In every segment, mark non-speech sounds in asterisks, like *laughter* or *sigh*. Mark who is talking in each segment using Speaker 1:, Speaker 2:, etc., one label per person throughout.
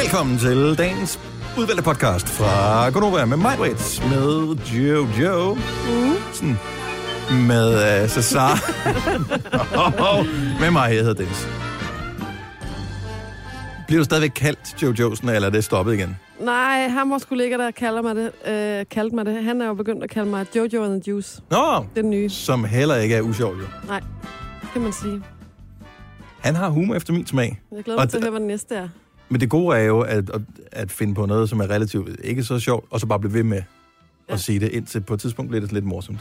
Speaker 1: Velkommen til dagens udvalgte podcast fra Gonova med mig, Britt, med Jojo, mm. med uh, Cesar, og med mig, jeg hedder Dennis. Bliver du stadigvæk kaldt Jojo'sen, eller er det stoppet igen?
Speaker 2: Nej, ham vores kollega, der kalder mig det, øh, kaldte mig det, han er jo begyndt at kalde mig Jojo and the Juice.
Speaker 1: Nå,
Speaker 2: Den nye,
Speaker 1: som heller ikke er usjov, jo.
Speaker 2: nej, kan man sige.
Speaker 1: Han har humor efter min smag.
Speaker 2: Jeg glæder mig
Speaker 1: Og
Speaker 2: til at
Speaker 1: d-
Speaker 2: høre, hvad den næste er.
Speaker 1: Men det gode er jo at, at, at finde på noget, som er relativt ikke så sjovt, og så bare blive ved med at
Speaker 2: Ja.
Speaker 1: sige det, indtil på et tidspunkt bliver det lidt morsomt.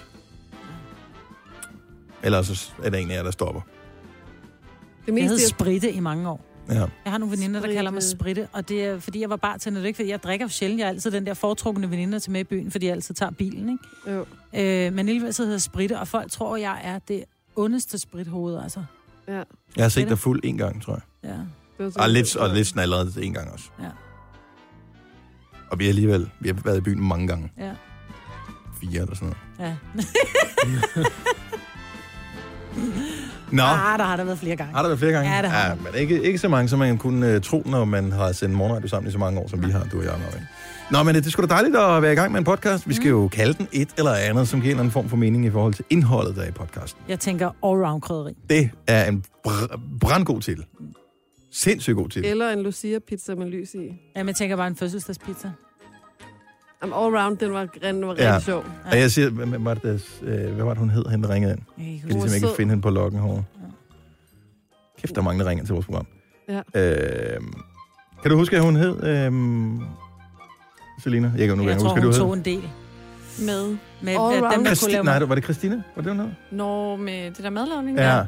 Speaker 1: Eller så er der en af jer, der stopper.
Speaker 2: Det
Speaker 3: Jeg
Speaker 2: meste
Speaker 3: hed
Speaker 2: er
Speaker 3: Spritte i mange år.
Speaker 1: Ja.
Speaker 3: Jeg har nogle veninder, der
Speaker 2: Spritte.
Speaker 3: kalder mig Spritte, og det er, fordi jeg var bartender. Det er ikke, fordi jeg drikker jo sjældent. Jeg er altid den der foretrukne veninde til med i byen, fordi jeg altid tager bilen, ikke?
Speaker 2: jo,
Speaker 3: Øh, men alligevel så hedder jeg Spritte, og folk tror, jeg er det ondeste sprithoved, altså.
Speaker 2: ja.
Speaker 1: Jeg har set
Speaker 3: Fedt.
Speaker 1: dig fuld en gang, tror jeg.
Speaker 3: Ja.
Speaker 2: Det var sådan,
Speaker 1: Og Ah, lidt, og lidt snallerede en gang også.
Speaker 3: Ja.
Speaker 1: Og vi har alligevel vi har været i byen mange gange.
Speaker 3: Ja.
Speaker 1: Fire eller sådan noget. *laughs*
Speaker 3: ja.
Speaker 1: Nå,
Speaker 3: Ah, der har der været flere gange.
Speaker 1: har der været flere gange?
Speaker 3: Ja, det har
Speaker 1: ja,
Speaker 3: der.
Speaker 1: men ikke, ikke så mange, som man kunne øh, tro, når man har sendt morgenradio sammen i så mange år, som vi har, du og jeg. Marie. Nå, men øh, det er sgu da dejligt at være i gang med en podcast. Vi skal
Speaker 3: Mm.
Speaker 1: jo kalde den et eller andet, som giver en eller anden form for mening i forhold til indholdet, der er i podcasten.
Speaker 3: Jeg tænker allround krydderi.
Speaker 1: Det er en br- brandgod til. Sindssygt god til.
Speaker 2: Eller en Lucia-pizza med lys i.
Speaker 3: Jamen, jeg tænker bare en fødselsdagspizza.
Speaker 2: Um, all round, den var, den var
Speaker 1: Ja.
Speaker 2: rigtig ja. sjov.
Speaker 1: Og jeg siger, hvem hvem var det, der- øh, hvad var det, hun hed, hende der ringede ind?
Speaker 3: Jeg kan ikke
Speaker 1: Jeg kan
Speaker 3: huske.
Speaker 1: ligesom ikke
Speaker 2: sød.
Speaker 1: finde hende på loggen herovre. Kæft, der er mange, der ringer til vores program.
Speaker 2: Ja.
Speaker 1: Øh, kan du huske, hvad hun hed? Øh, Selina? Jeg kan nu
Speaker 3: Jeg
Speaker 1: gerne
Speaker 3: tror,
Speaker 1: huske, hvad
Speaker 3: hun
Speaker 1: du
Speaker 3: tog
Speaker 1: hed.
Speaker 3: en del.
Speaker 4: med,
Speaker 3: Med
Speaker 2: Allround.
Speaker 3: dem, der kunne
Speaker 1: Christi-
Speaker 3: lave...
Speaker 1: nej, det- var det Christina? Var det, hun hed?
Speaker 4: når med det der madlavning.
Speaker 1: Ja.
Speaker 4: der.
Speaker 1: ja.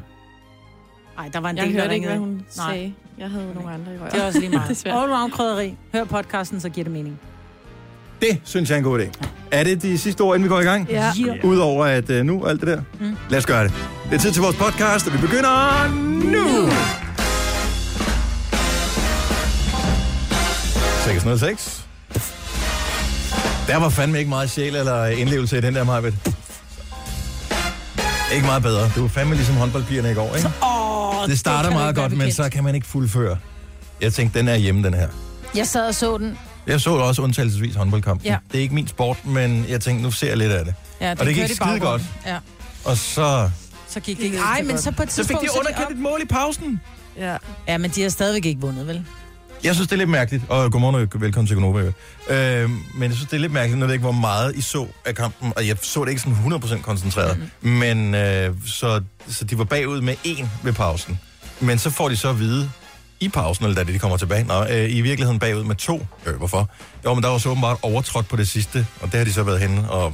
Speaker 3: Ej, der var en
Speaker 4: Jeg
Speaker 3: del, der
Speaker 4: hørte ikke,
Speaker 3: ringede.
Speaker 4: hvad
Speaker 3: ind.
Speaker 4: hun
Speaker 3: Nej.
Speaker 4: sagde. Jeg havde nogle andre i højre.
Speaker 3: *laughs* Det er også lige meget.
Speaker 4: Desværre.
Speaker 3: allround krydderi. Hør podcasten, så giver det mening.
Speaker 1: Det synes jeg er en god idé. Er det de sidste ord, inden vi går i gang?
Speaker 2: Ja.
Speaker 3: Yeah.
Speaker 1: Udover at øh, nu og alt det der. Mm. Lad os gøre det. Det er tid til vores podcast, og vi begynder nu! 606. Der var fandme ikke meget sjæl eller indlevelse i den der, Majbet. Ikke meget bedre. Det var fandme ligesom håndboldpigerne i går, ikke?
Speaker 3: Åh,
Speaker 1: Det starter
Speaker 3: kan du
Speaker 1: meget
Speaker 3: ikke være
Speaker 1: godt, men
Speaker 3: bekendt.
Speaker 1: så kan man ikke fuldføre. Jeg tænkte, den er hjemme, den her.
Speaker 3: Jeg sad og så den.
Speaker 1: Jeg så også undtagelsesvis håndboldkampen.
Speaker 3: Ja.
Speaker 1: Det er ikke min sport, men jeg tænkte, nu ser jeg lidt af det.
Speaker 3: Ja,
Speaker 1: det gik
Speaker 3: kørte i
Speaker 1: skide
Speaker 3: baggrunden. Ja,
Speaker 1: Og så...
Speaker 3: så gik det ikke. Ej, men så på et
Speaker 1: Så fik
Speaker 3: tidspunkt...
Speaker 1: de underkendt et mål i pausen.
Speaker 2: Ja.
Speaker 3: Ja, men de har stadigvæk ikke vundet, vel?
Speaker 1: Jeg synes, det er lidt mærkeligt. Og godmorgen og velkommen til Gonova. i øvrigt. Øh, men jeg synes, det er lidt mærkeligt. Nu ved jeg ikke, hvor meget I så af kampen. Og jeg så det ikke sådan 100% koncentreret. Mm. Men øh, så, så de var bagud med én ved pausen. Men så får de så at vide i pausen, eller da de kommer tilbage. Nå, øh, i virkeligheden bagud med to. Øh, hvorfor? Jo, men der var så åbenbart overtrådt på det sidste. Og der har de så været henne og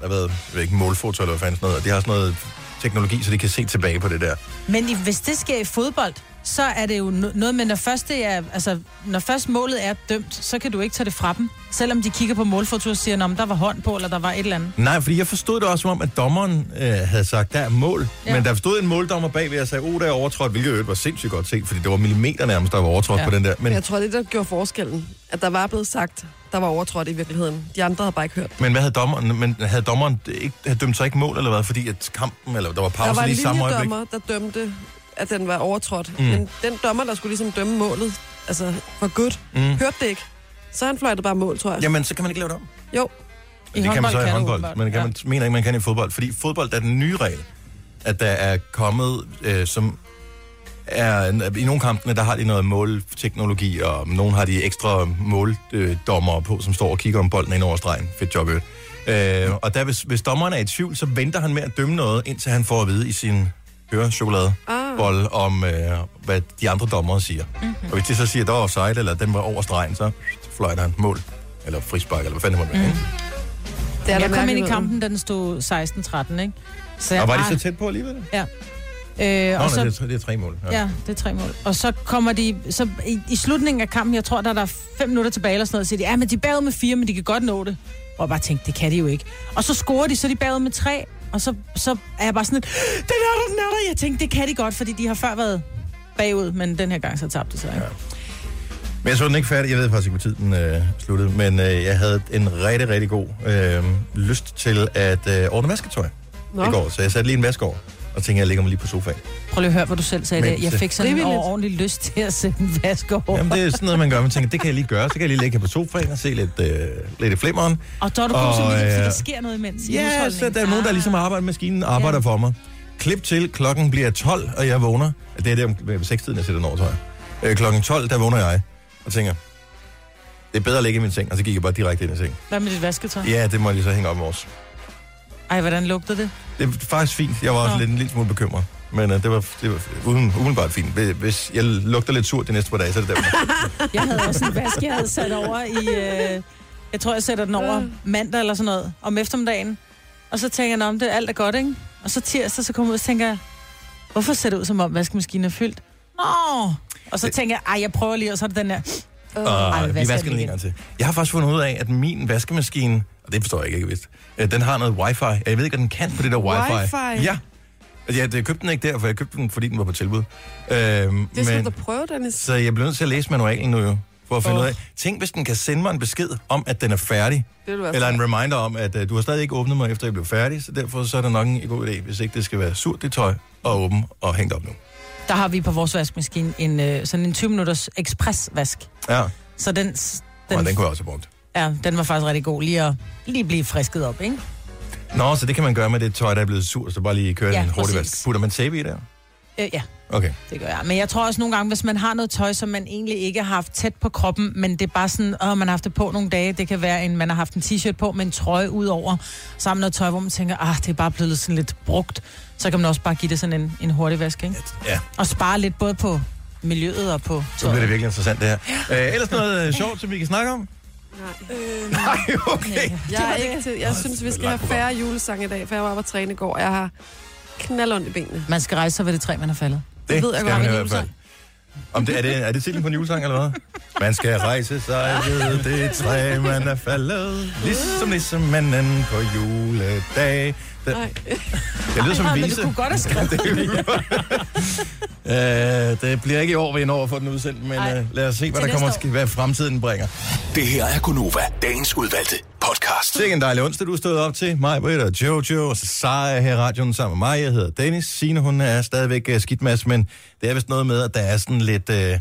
Speaker 1: der har været, jeg ved ikke, målfoto eller hvad fanden sådan noget. Og de har sådan noget teknologi, så de kan se tilbage på det der.
Speaker 3: Men i, hvis det sker i fodbold, så er det jo no- noget med, når først, det er, altså, når først målet er dømt, så kan du ikke tage det fra dem. Selvom de kigger på målfoto og siger, om der var hånd på, eller der var et eller andet.
Speaker 1: Nej, fordi jeg forstod det også som om, at dommeren øh, havde sagt, der er mål. Ja.
Speaker 3: Ja.
Speaker 1: Men der stod en måldommer bagved og sagde, oh, der er overtrådt, hvilket i øvrigt var sindssygt godt set, fordi det var millimeter nærmest, der var overtrådt ja.
Speaker 3: Ja.
Speaker 1: på den der. Men,
Speaker 5: Jeg tror, det der gjorde forskellen, at der var blevet sagt, der var overtrådt i virkeligheden. De andre havde bare ikke hørt.
Speaker 1: men hvad havde dommeren, men havde dommeren ikke, havde dømt sig ikke mål, eller hvad? Fordi at kampen, eller der var pause
Speaker 5: der var en
Speaker 1: lige i samme øjeblik.
Speaker 5: linjedommer, der dømte, at den var overtrådt. Mm. Men den dommer, der skulle ligesom dømme målet, altså for godt, mm. hørte det ikke. Så han fløjtede bare mål, tror jeg.
Speaker 1: Jamen, så kan man ikke lave det om.
Speaker 5: Jo,
Speaker 3: I
Speaker 1: det kan man så i
Speaker 3: du
Speaker 1: håndbold,
Speaker 3: åbenbart.
Speaker 1: men det kan man, mener ikke, man kan i fodbold. Fordi fodbold er den nye regel, at der er kommet, øh, som er, i nogle kampene, der har de noget målteknologi, og nogle har de ekstra måldommere på, som står og kigger om bolden ind over stregen. Fedt job, øh. øh og der, hvis, hvis dommeren er i tvivl, så venter han med at dømme noget, indtil han får at vide i sin hørechokoladebold ah. om, øh, hvad de andre dommere siger. Mm-hmm. Og hvis de så siger, der var offside, eller den var over stregen, så fløjter han mål, eller frispark, eller hvad fanden det måtte være.
Speaker 3: Mhm.
Speaker 1: Mm.
Speaker 5: det er
Speaker 3: Jeg
Speaker 5: der
Speaker 3: kom ind i
Speaker 5: mærkeligt.
Speaker 3: kampen, da den stod 16-13, ikke? Så
Speaker 1: Og var de
Speaker 3: ah,
Speaker 1: så tæt på alligevel? Nå,
Speaker 3: Ja. Øh,
Speaker 1: nej,
Speaker 3: og så,
Speaker 1: det, er, det er tre mål. Ja.
Speaker 3: Ja, det er tre mål. Og så kommer de, så i, i slutningen af kampen, jeg tror, der er der fem minutter tilbage eller sådan noget, siger de, ja, men de er bagud med fire, men de kan godt nå det. Og jeg bare tænkte, det kan de jo ikke. Og så scorer de, så er de bagud med tre, og så, så er jeg bare sådan, lidt, den er der, den er der. Jeg tænkte, det kan de godt, fordi de har før været bagud, men den her gang så tabte de sig. Ja.
Speaker 1: Men jeg så den ikke færdig. Jeg ved faktisk ikke, hvor tiden øh, sluttede. Men øh, jeg havde en rigtig, rigtig god øh, lyst til at øh, ordne vasketøj Nå.
Speaker 2: Nå.
Speaker 1: i går. Så jeg satte lige en vaske over. Og og tænker, jeg ligger mig lige på sofaen.
Speaker 3: Prøv lige at høre, hvad du selv sagde
Speaker 1: Men
Speaker 3: der. Jeg
Speaker 1: det-
Speaker 3: fik sådan en
Speaker 2: Frivilligt.
Speaker 3: ordentlig lyst til at sætte en vask over.
Speaker 1: Jamen, det er sådan noget, man gør. Man tænker, det kan jeg lige gøre. Så kan jeg lige ligge her på sofaen og se lidt, øh, lidt i flimmeren.
Speaker 3: Og der er du god
Speaker 1: Og,
Speaker 3: til det, fordi
Speaker 1: øh,
Speaker 3: der sker noget imens. i
Speaker 1: Ja,
Speaker 3: husholdningen.
Speaker 1: så der er nogen, der ligesom har arbejdet maskinen og arbejder
Speaker 3: Ja.
Speaker 1: for mig. Klip til, klokken bliver 12, og jeg vågner. Det er der om ved sekstiden, jeg sætter den over, tror jeg. Øh, klokken 12, der vågner jeg og tænker, det er bedre at ligge i min seng, og så gik jeg bare direkte ind i seng.
Speaker 3: Hvad med dit vasketøj?
Speaker 1: Ja, det må jeg lige så hænge op i morges.
Speaker 3: Ej, hvordan lugter det?
Speaker 1: Det er faktisk fint. Jeg var også
Speaker 3: Nå.
Speaker 1: lidt, en lille smule bekymret. Men uh, det var, det var uden, umiddelbart fint. Hvis- Hvis jeg lugter lidt surt de næste par dage, så er det derfor.
Speaker 3: Jeg havde også en vask, jeg havde sat over i... Øh, jeg tror, jeg sætter den over mandag eller sådan noget, om eftermiddagen. Og så tænker jeg, om det alt er godt, ikke? Og så tirsdag, så kommer jeg ud og så tænker, jeg, hvorfor ser det ud, som om vaskemaskinen er fyldt? Åh! Og så
Speaker 1: Det-
Speaker 3: tænker jeg, ej, jeg prøver lige, og så er det den der... Ej,
Speaker 1: Og
Speaker 3: vi
Speaker 1: vi
Speaker 3: vasker
Speaker 1: vasker den
Speaker 3: den
Speaker 1: en gang til. Jeg har faktisk fundet ud af, at min vaskemaskine, og det forstår jeg ikke, ikke vidst, øh, den har noget wifi. Jeg ved ikke, at den kan på det der wifi.
Speaker 5: Wifi?
Speaker 1: Ja. Altså, Jeg, jeg købte den ikke der, for jeg købte den, fordi den var på tilbud. Øhm,
Speaker 5: Det skal du
Speaker 1: men,
Speaker 5: da prøve, Dennis.
Speaker 1: så jeg bliver nødt til at læse manualen nu jo, for at finde
Speaker 3: Åh.
Speaker 1: ud af. Tænk, hvis den kan sende mig en besked om, at den er færdig.
Speaker 5: Det vil være
Speaker 1: Eller en
Speaker 5: sejt.
Speaker 1: reminder om, at øh, du har stadig ikke åbnet mig, efter jeg blev færdig, så derfor så er det nok en god idé, hvis ikke det skal være surt, det tøj, og åben og hængt op nu.
Speaker 3: Der har vi på vores vaskemaskine en, øh, sådan en 20-minutters ekspresvask.
Speaker 1: Ja,
Speaker 3: Så den,
Speaker 1: den,
Speaker 3: den,
Speaker 1: og den kunne jeg også have brugt.
Speaker 3: ja, den var faktisk rigtig god lige at lige blive frisket op, ikke?
Speaker 1: Nå, så det kan man gøre med det tøj, der er blevet surt, så bare lige køre
Speaker 3: Ja,
Speaker 1: ja, en hurtig
Speaker 3: præcis.
Speaker 1: vask. Putter man sæbe i der?
Speaker 3: Øh, ja,
Speaker 1: Okay.
Speaker 3: det gør jeg. Men jeg tror også nogle gange, hvis man har noget tøj, som man egentlig ikke har haft tæt på kroppen, men det er bare sådan, åh, man har haft det på nogle dage. Det kan være, en man har haft en t-shirt på med en trøje ud over, sammen noget tøj, hvor man tænker, ah, det er bare blevet sådan lidt brugt. Så kan man også bare give det sådan en, en hurtig vask, ikke?
Speaker 1: Ja,
Speaker 3: Og spare lidt både på miljøet og på
Speaker 1: så bliver
Speaker 3: tøjet.
Speaker 1: det virkelig interessant, det her. Øh, ellers noget øh, sjovt, som vi kan snakke om?
Speaker 5: Øh,
Speaker 1: Nej,
Speaker 3: *laughs*
Speaker 1: okay.
Speaker 2: Jeg, Øh, er ikke til, jeg synes, vi skal have færre julesange i dag, for jeg var på træne i går, og jeg har knald ondt i benene.
Speaker 3: Man skal rejse sig ved det træ, man har faldet.
Speaker 1: Det
Speaker 3: ved jeg
Speaker 1: skal
Speaker 3: godt.
Speaker 1: man i
Speaker 3: En
Speaker 1: hvert fald. Om det, er, det, er det titlen på en julesang, eller hvad? Man skal rejse sig ved det træ, man er faldet. Ligesom nissemanden på juledag. Det,
Speaker 5: *laughs*
Speaker 2: Nej.
Speaker 1: jeg lyder som
Speaker 3: Ej,
Speaker 1: en
Speaker 3: men du
Speaker 1: vise.
Speaker 3: kunne godt have
Speaker 1: *laughs*
Speaker 3: skrevet
Speaker 1: det, er øh, det bliver ikke i år, vi når at få den udsendt, men
Speaker 3: Ej.
Speaker 1: øh, lad os se, hvad
Speaker 3: Til
Speaker 1: der kommer,
Speaker 3: næste
Speaker 1: til, hvad fremtiden bringer.
Speaker 6: Det her er Gunova, dagens udvalgte podcast.
Speaker 1: Det er en dejlig onsdag, du er stået op til. Mig, Britt og Jojo og Sara er her i radioen sammen med mig. Jeg hedder Dennis. Signe, hun er stadigvæk øh, skidt mas, men det er vist noget med, at der er sådan lidt, øh,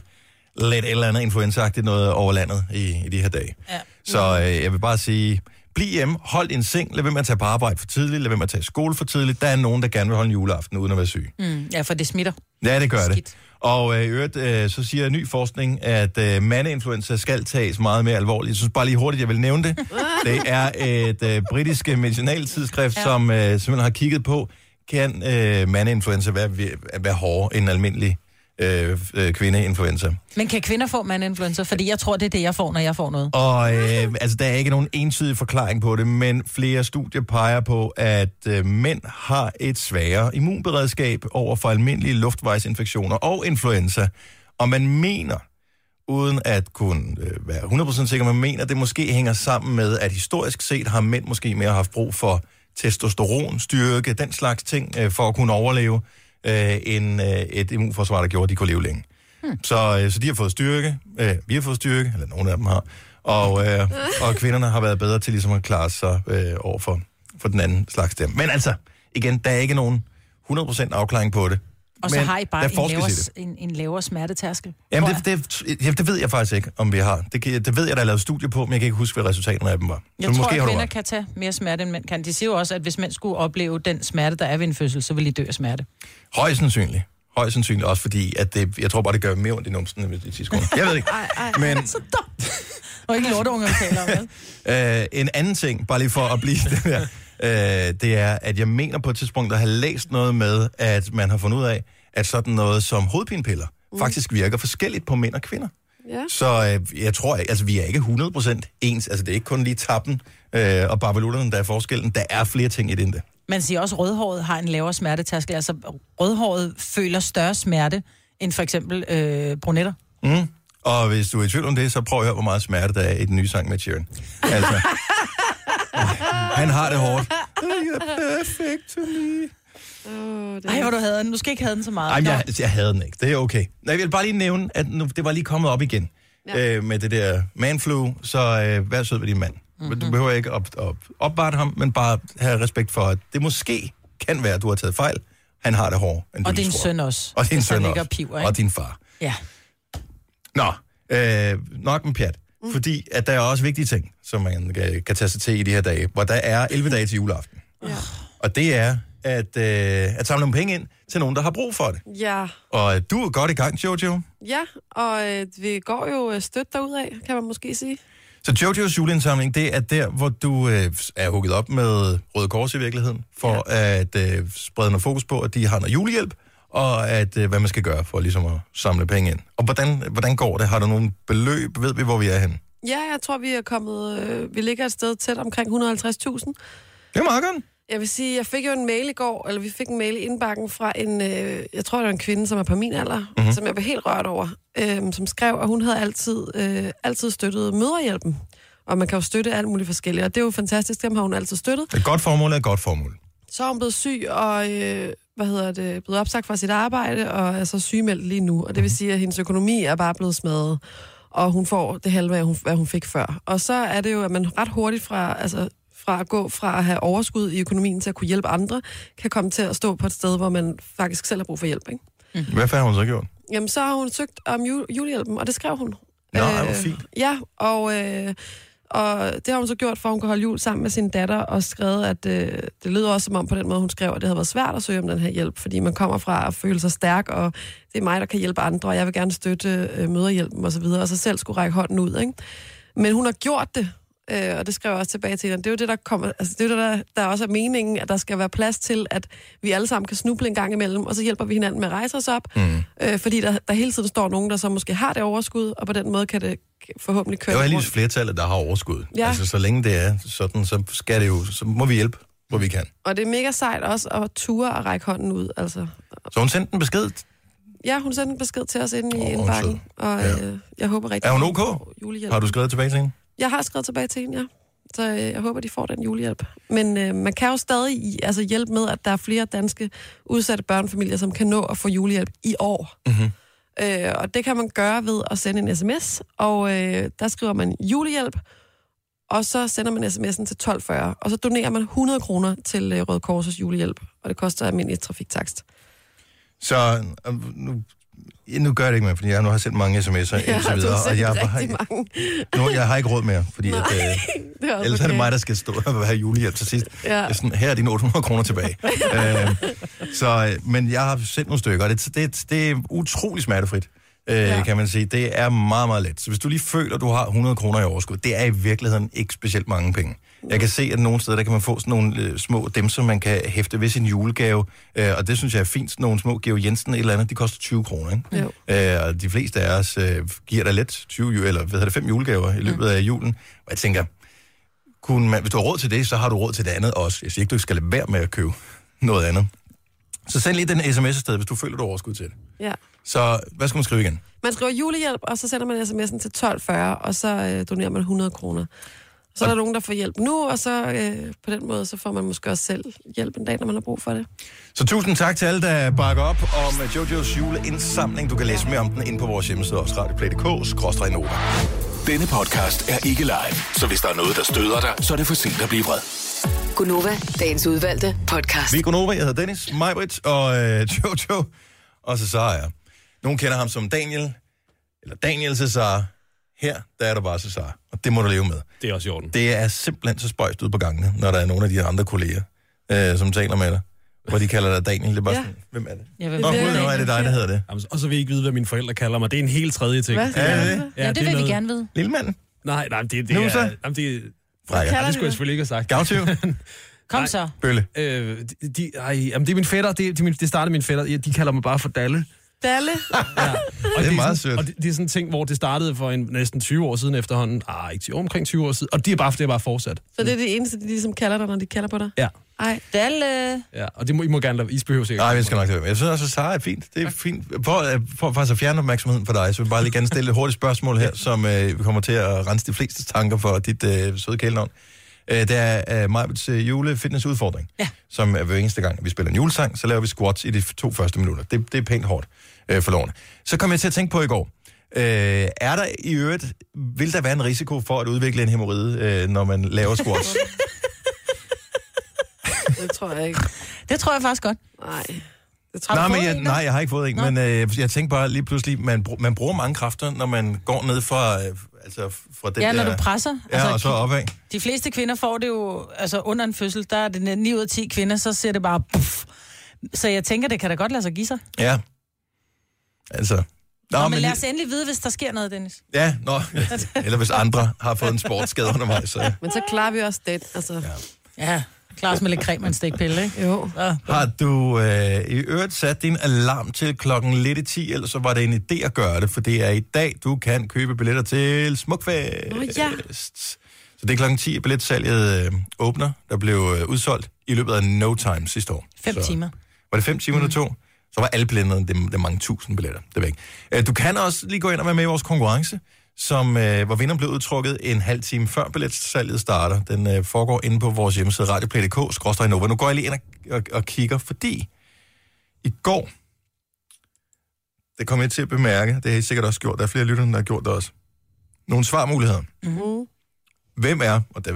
Speaker 1: lidt et eller andet influenzaagtigt noget over landet i, i de her dage.
Speaker 3: Ja.
Speaker 1: Så øh, jeg vil bare sige, bliv hjemme, hold en seng, lad være med at tage på arbejde for tidligt, lad være med at tage i skole for tidligt. Der er nogen, der gerne vil holde en juleaften uden at være syg.
Speaker 3: Mm, ja, for det smitter.
Speaker 1: Ja, det gør Skidt. det.
Speaker 3: Skidt.
Speaker 1: Og øh, i øvrigt, øh, så siger ny forskning, at øh, mandeinfluenza skal tages meget mere alvorligt. Jeg synes bare lige hurtigt, jeg vil nævne *laughs* det. Det er et øh, britisk medicinaltidsskrift, ja. som øh, simpelthen har kigget på, kan øh, mandeinfluenza være, vir- være hårdere end almindelig øh, øh, kvindeinfluenza.
Speaker 3: Men kan kvinder få mandinfluenza? Fordi jeg tror, det er det, jeg får, når jeg får noget.
Speaker 1: Og øh, altså, der er ikke nogen entydig forklaring på det, men flere studier peger på, at øh, mænd har et svagere immunberedskab over for almindelige luftvejsinfektioner og influenza. Og man mener, uden at kunne øh, være 100% sikker, man mener, at det måske hænger sammen med, at historisk set har mænd måske mere haft brug for testosteron, styrke, den slags ting, øh, for at kunne overleve, øh, end øh, et immunforsvar, der gjorde, at de kunne leve længe. Så, øh, så de har fået styrke, øh, vi har fået styrke, eller nogle af dem har, og, øh, og kvinderne har været bedre til ligesom at klare sig øh, over for, for den anden slags der. Men altså, igen, der er ikke nogen 100% afklaring på det.
Speaker 3: Og så
Speaker 1: Men
Speaker 3: har I
Speaker 1: der
Speaker 3: bare en
Speaker 1: forskes i
Speaker 3: lavere,
Speaker 1: det.
Speaker 3: en, en lavere smertetærskel.
Speaker 1: Jamen,
Speaker 3: tror
Speaker 1: det, det, ja, det ved jeg faktisk ikke, om vi har. Det, kan- det ved jeg, der er lavet studier på, men jeg kan ikke huske, hvad resultaterne af dem var.
Speaker 3: Jeg tror, at
Speaker 1: du
Speaker 3: kvinder
Speaker 1: ret.
Speaker 3: kan tage mere smerte, end mænd kan. De siger jo også, at hvis mænd skulle opleve den smerte, der er ved en fødsel, så vil de dø af smerte.
Speaker 1: Højst sandsynligt. Højst sandsynligt også, fordi at det, jeg tror bare, det gør mere ondt i numsen, end hvis det er tidskone. Jeg ved
Speaker 3: *laughs*
Speaker 1: ikke. Men
Speaker 3: Så dumt! Og ikke lorteunger, vi taler om. vel?
Speaker 1: øh, en anden ting, bare lige for at blive *laughs* det der, øh, det er, at jeg mener på et tidspunkt at have læst noget med, at man har fundet ud af, at sådan noget som hovedpinepiller mm. faktisk virker forskelligt på mænd og kvinder.
Speaker 2: Ja.
Speaker 1: Så øh, jeg tror, ikke- altså vi er ikke 100% ens. Altså det er ikke kun lige tappen øh, og barbelutterne, der er forskellen. Der er flere ting i det end det.
Speaker 3: Man siger også, at rødhåret har en lavere smertetærskel. Altså, rødhåret føler større smerte end for eksempel øh, brunetter.
Speaker 1: Mm. Og hvis du er i tvivl om det, så prøv at høre, hvor meget smerte der er i den nye sang med Sharon. Altså, han har det hårdt. *laughs* You're perfect to me.
Speaker 2: Åh, det
Speaker 3: Ej, hvor du havde den. Du skal ikke have den så meget.
Speaker 1: Ej, men
Speaker 3: Nå.
Speaker 1: jeg, jeg havde den ikke. Det er okay. Nej, jeg vil bare lige nævne, at nu, det var lige kommet op igen ja.
Speaker 2: Ja.
Speaker 1: øh, med det der manflu, så øh, vær sød ved din mand. Mm-hmm. Du behøver ikke at op, op, opvarte ham, men bare have respekt for, at det måske kan være, at du har taget fejl, han har det hårdere end du
Speaker 3: Og
Speaker 1: lige
Speaker 3: din
Speaker 1: tror.
Speaker 3: søn også.
Speaker 1: Og din
Speaker 3: hvis han
Speaker 1: søn
Speaker 3: ligger
Speaker 1: også.
Speaker 3: og piver, ikke?
Speaker 1: og din far.
Speaker 3: Ja.
Speaker 1: Nå, øh, nok med pjat. Mm. Fordi at der er også vigtige ting, som man øh, kan tage sig til i de her dage, hvor der er 11 dage til juleaften.
Speaker 5: Ja.
Speaker 1: Og det er at, øh, at samle nogle penge ind til nogen, der har brug for det.
Speaker 2: Ja.
Speaker 1: Og øh, du er godt i gang, Jojo.
Speaker 2: Ja, og øh, vi går jo øh, stødt derudad, kan man måske sige.
Speaker 1: Så Jojos juleindsamling, det er der, hvor du øh, er hugget op med Røde Kors i virkeligheden, for ja. at øh, sprede noget fokus på, at de har noget julehjælp, og at øh, hvad man skal gøre for ligesom at samle penge ind. Og hvordan, hvordan går det? Har du nogle beløb? Ved vi, hvor vi er henne?
Speaker 2: Ja, jeg tror, vi er kommet... Øh, vi ligger et sted tæt omkring 150.000.
Speaker 1: Det er meget godt.
Speaker 2: Jeg vil sige, jeg fik jo en mail i går, eller vi fik en mail i indbakken fra en, øh, jeg tror det var en kvinde, som er på min alder, mm-hmm. som jeg var helt rørt over, øh, som skrev, at hun havde altid, øh, altid støttet møderhjælpen. Og man kan jo støtte alt muligt forskelligt, og det er jo fantastisk, dem har hun altid støttet.
Speaker 1: Et godt formål er et godt formål.
Speaker 2: Så er hun blevet syg, og øh, hvad hedder det, blevet opsagt fra sit arbejde, og er så sygemeldt lige nu. Og det
Speaker 1: Mhm.
Speaker 2: vil sige, at hendes økonomi er bare blevet smadret, og hun får det halve af, hun- hvad hun fik før. Og så er det jo, at man ret hurtigt fra, altså, fra at gå fra at have overskud i økonomien til at kunne hjælpe andre, kan komme til at stå på et sted, hvor man faktisk selv har brug for hjælp. Ikke?
Speaker 1: Mhm. Hvad fanden har hun så gjort?
Speaker 2: Jamen, så har hun søgt om jul- julehjælpen, og det skrev hun. Øh,
Speaker 1: Nå, ej, hvor fint.
Speaker 2: Ja, og, øh, og det har hun så gjort, for at hun kan holde jul sammen med sin datter, og skrevet, at øh, det lyder også som om på den måde, hun skrev, at det havde været svært at søge om den her hjælp, fordi man kommer fra at føle sig stærk, og det er mig, der kan hjælpe andre, og jeg vil gerne støtte øh, møderhjælpen osv., og så selv skulle række hånden ud. Ikke? Men hun har gjort det, øh, og det skrev jeg også tilbage til hende. Det er jo det, der, kommer, altså, det er jo det der, der også er meningen, at der skal være plads til, at vi alle sammen kan snuble en gang imellem, og så hjælper vi hinanden med at rejse os op, mm. øh, fordi der, der hele tiden står nogen, der så måske har det overskud, og på den måde kan det forhåbentlig
Speaker 1: Det
Speaker 2: køre
Speaker 1: er jo
Speaker 2: lidt
Speaker 1: heldigvis flertallet, der har overskud.
Speaker 2: Ja.
Speaker 1: Altså, så længe det er sådan, så, skal det jo, så må vi hjælpe, hvor vi kan.
Speaker 2: Og det er mega sejt også at ture og række hånden ud. Altså.
Speaker 1: Så hun sendte en besked.
Speaker 2: Ja, hun sendte en besked til os inde i
Speaker 1: Åh, hvor er hun
Speaker 2: indbakken, og
Speaker 1: Ja.
Speaker 2: øh, jeg håber rigtig...
Speaker 1: Er hun
Speaker 2: at
Speaker 1: ok?
Speaker 2: de får Julehjælp.
Speaker 1: Har du skrevet tilbage til hende?
Speaker 2: Jeg har skrevet tilbage til hende, ja. Så øh, jeg håber, de får den julehjælp. Men øh, man kan jo stadig i- altså, hjælpe med, at der er flere danske udsatte børnefamilier, som kan nå at få julehjælp i år. Mm-hmm. Øh, og det kan man gøre ved at sende en sms, og øh, der skriver man julehjælp, og så sender man sms'en til 1240, og så donerer man 100 kroner til øh, Røde Korsets julehjælp, og det koster almindelig trafiktakst.
Speaker 1: Så øh, nu, ja, nu gør jeg det ikke mere, fordi jeg nu har sendt mange sms'er
Speaker 2: *laughs*
Speaker 1: ja, indtil videre. Og jeg, har,
Speaker 2: rigtig mange. *laughs*
Speaker 1: nu, jeg har ikke råd mere, fordi at, øh,
Speaker 2: Det er også
Speaker 1: ellers er det
Speaker 2: okay.
Speaker 1: mig, der skal stå og have julehjælp til sidst.
Speaker 2: Ja.
Speaker 1: Ja. Sådan, her er dine 800 kroner tilbage.
Speaker 2: *laughs*
Speaker 1: øh, så, øh, men jeg har sendt nogle stykker, og det, det, det er utrolig smertefrit, øh, ja. kan man sige. Det er meget, meget let. Så hvis du lige føler, du har 100 kroner i overskud, det er i virkeligheden ikke specielt mange penge. Jeg kan se, at nogle steder, der kan man få sådan nogle øh, små dem, som man kan hæfte ved sin julegave. Øh, og det synes jeg er fint. Sådan nogle små Geo Jensen et eller andet, de koster 20 kroner, ikke?
Speaker 2: Jo.
Speaker 1: Øh, og de fleste af os øh, giver dig let 20, ju- eller hvad hedder det, 5 julegaver i løbet af julen. Og jeg tænker, kunne man, hvis du har råd til det, så har du råd til det andet også. Jeg siger ikke, du skal lade være med at købe noget andet. Så send lige den sms afsted, hvis du føler, du har overskud til det.
Speaker 2: Ja.
Speaker 1: Så hvad skal man skrive igen?
Speaker 2: Man skriver julehjælp, og så sender man sms'en til 1240, og så øh, donerer man 100 kroner. Så er der nogen, der får hjælp nu, og så øh, på den måde, så får man måske også selv hjælp en dag, når man har brug for det.
Speaker 1: Så tusind tak til alle, der bakker op om øh, Jojos juleindsamling. Du kan læse mere om den inde på vores hjemmeside, også radioplay.dk-nova.
Speaker 6: Denne podcast er ikke live, så hvis der er noget, der støder dig, så er det for sent at blive vred.
Speaker 7: Gunova, dagens udvalgte podcast.
Speaker 1: Vi er Gunova, jeg hedder Dennis, Majbrit og øh, *laughs* Jojo, og Cesar. Nogen kender ham som Daniel, eller Daniel Cesar. Her, der er du bare Cesar, og det må du leve med.
Speaker 8: Det er også i orden.
Speaker 1: Det er simpelthen så spøjst ud på gangene, når der er nogle af de andre kolleger, øh, som taler med dig. Hvor de kalder dig Daniel. Det er bare
Speaker 2: Ja.
Speaker 1: sådan, hvem er det?
Speaker 3: Jeg vil
Speaker 1: Nå,
Speaker 3: være
Speaker 1: gud, nu er det dig, der hedder det.
Speaker 8: Jamen, og så vil I ikke vide, hvad mine forældre kalder mig. Det er en helt tredje ting.
Speaker 2: Hvad?
Speaker 1: Er det det?
Speaker 2: det?
Speaker 3: Ja, det, vil vi gerne vide.
Speaker 1: Lille manden?
Speaker 8: Nej, nej, det, det
Speaker 1: Nu
Speaker 8: er...
Speaker 1: så?
Speaker 8: Jamen, det,
Speaker 1: Freja.
Speaker 8: nej, det skulle jeg selvfølgelig ikke have sagt.
Speaker 1: Gavtiv? *laughs*
Speaker 3: Kom så.
Speaker 1: Bølle.
Speaker 8: *laughs* Øh, de, de, ej, jamen, det er min fætter. Det, de, min- det startede min fætter. Ja, De kalder mig bare for
Speaker 1: *laughs*
Speaker 8: Dalle.
Speaker 2: Dalle,
Speaker 8: Og
Speaker 1: Det er meget
Speaker 8: sådan,
Speaker 1: sødt.
Speaker 8: Og det, det er sådan en ting, hvor det startede for en, næsten 20 år siden efterhånden. Ah, ikke 20 år, omkring 20 år siden. Og det er bare, det er bare fortsat.
Speaker 2: så det er det eneste, de ligesom kalder dig, når de kalder på dig.
Speaker 8: Ja,
Speaker 2: Ej,
Speaker 3: Dalle.
Speaker 8: ja. Og det må, I må gerne lade... I behøver sikkert.
Speaker 1: Nej, vi skal nok til Jeg synes også, at Sara er fint. Det er fint. For, øh, for faktisk at fjerne opmærksomheden på dig, så vil jeg bare lige gerne stille et hurtigt spørgsmål her, som øh, kommer til at rense de fleste tanker for dit øh, søde kælenavn. Øh, det er øh, Majbets øh, julefitnessudfordring, ja. som er hver eneste gang, vi spiller en julesang, så laver vi squats i de f- to første minutter. Det, det er pænt hårdt øh, for loven. Så kom jeg til at tænke på i går. Øh, er der i øvrigt, vil der være en risiko for at udvikle en hemorrhide, øh, når man laver squats?
Speaker 2: det tror jeg ikke.
Speaker 3: Det tror jeg faktisk godt.
Speaker 2: Nej. Det tror
Speaker 3: Har du
Speaker 1: Nej, men
Speaker 3: fået
Speaker 1: jeg,
Speaker 3: en der?
Speaker 1: nej, jeg har ikke fået en, men øh, jeg tænkte bare lige pludselig, man, br- man bruger mange kræfter, når man går ned fra, øh, altså, fra den
Speaker 3: Ja,
Speaker 1: der...
Speaker 3: når du presser. Altså,
Speaker 1: Ja, og så opad.
Speaker 3: De fleste kvinder får det jo, altså under en fødsel, der er det 9 ud af 10 kvinder, så ser det bare... Puff. Så jeg tænker, det kan da godt lade sig give sig.
Speaker 1: Ja. Altså...
Speaker 3: Nå, men lad
Speaker 1: lige-
Speaker 3: os endelig vide, hvis der sker noget, Dennis.
Speaker 1: Ja, nå. *laughs* Eller hvis andre har fået en sportsskade undervejs. Så
Speaker 2: Men så klarer vi også den, altså.
Speaker 3: Ja, klar os med lidt creme og en stikpille, ikke?
Speaker 2: Jo.
Speaker 3: Så.
Speaker 1: har du øh, i øvrigt sat din alarm til klokken lidt i 10, ellers så var det en idé at gøre det, for det er i dag, du kan købe billetter til Smukfest.
Speaker 2: Nå ja.
Speaker 1: Så det er klokken 10, at billetsalget øh, åbner, der blev øh, udsolgt i løbet af no time sidste år.
Speaker 3: Fem
Speaker 1: så.
Speaker 3: timer.
Speaker 1: Var det 5 timer, mm. to? Så var alle billetterne, det, det er mange tusind billetter, det væk. Øh, Du kan også lige gå ind og være med i vores konkurrence, som, øh, hvor vinderen blev udtrukket en halv time før billetsalget starter. Den øh, foregår inde på vores hjemmeside radioplay.dk, skråstrej Nova. Nu går jeg lige ind og, og, og kigger, fordi i går, det kom jeg til at bemærke, det har I sikkert også gjort, der er flere lyttere, der har gjort det også, nogle svarmuligheder.
Speaker 2: Mm.
Speaker 1: Hvem er, og der,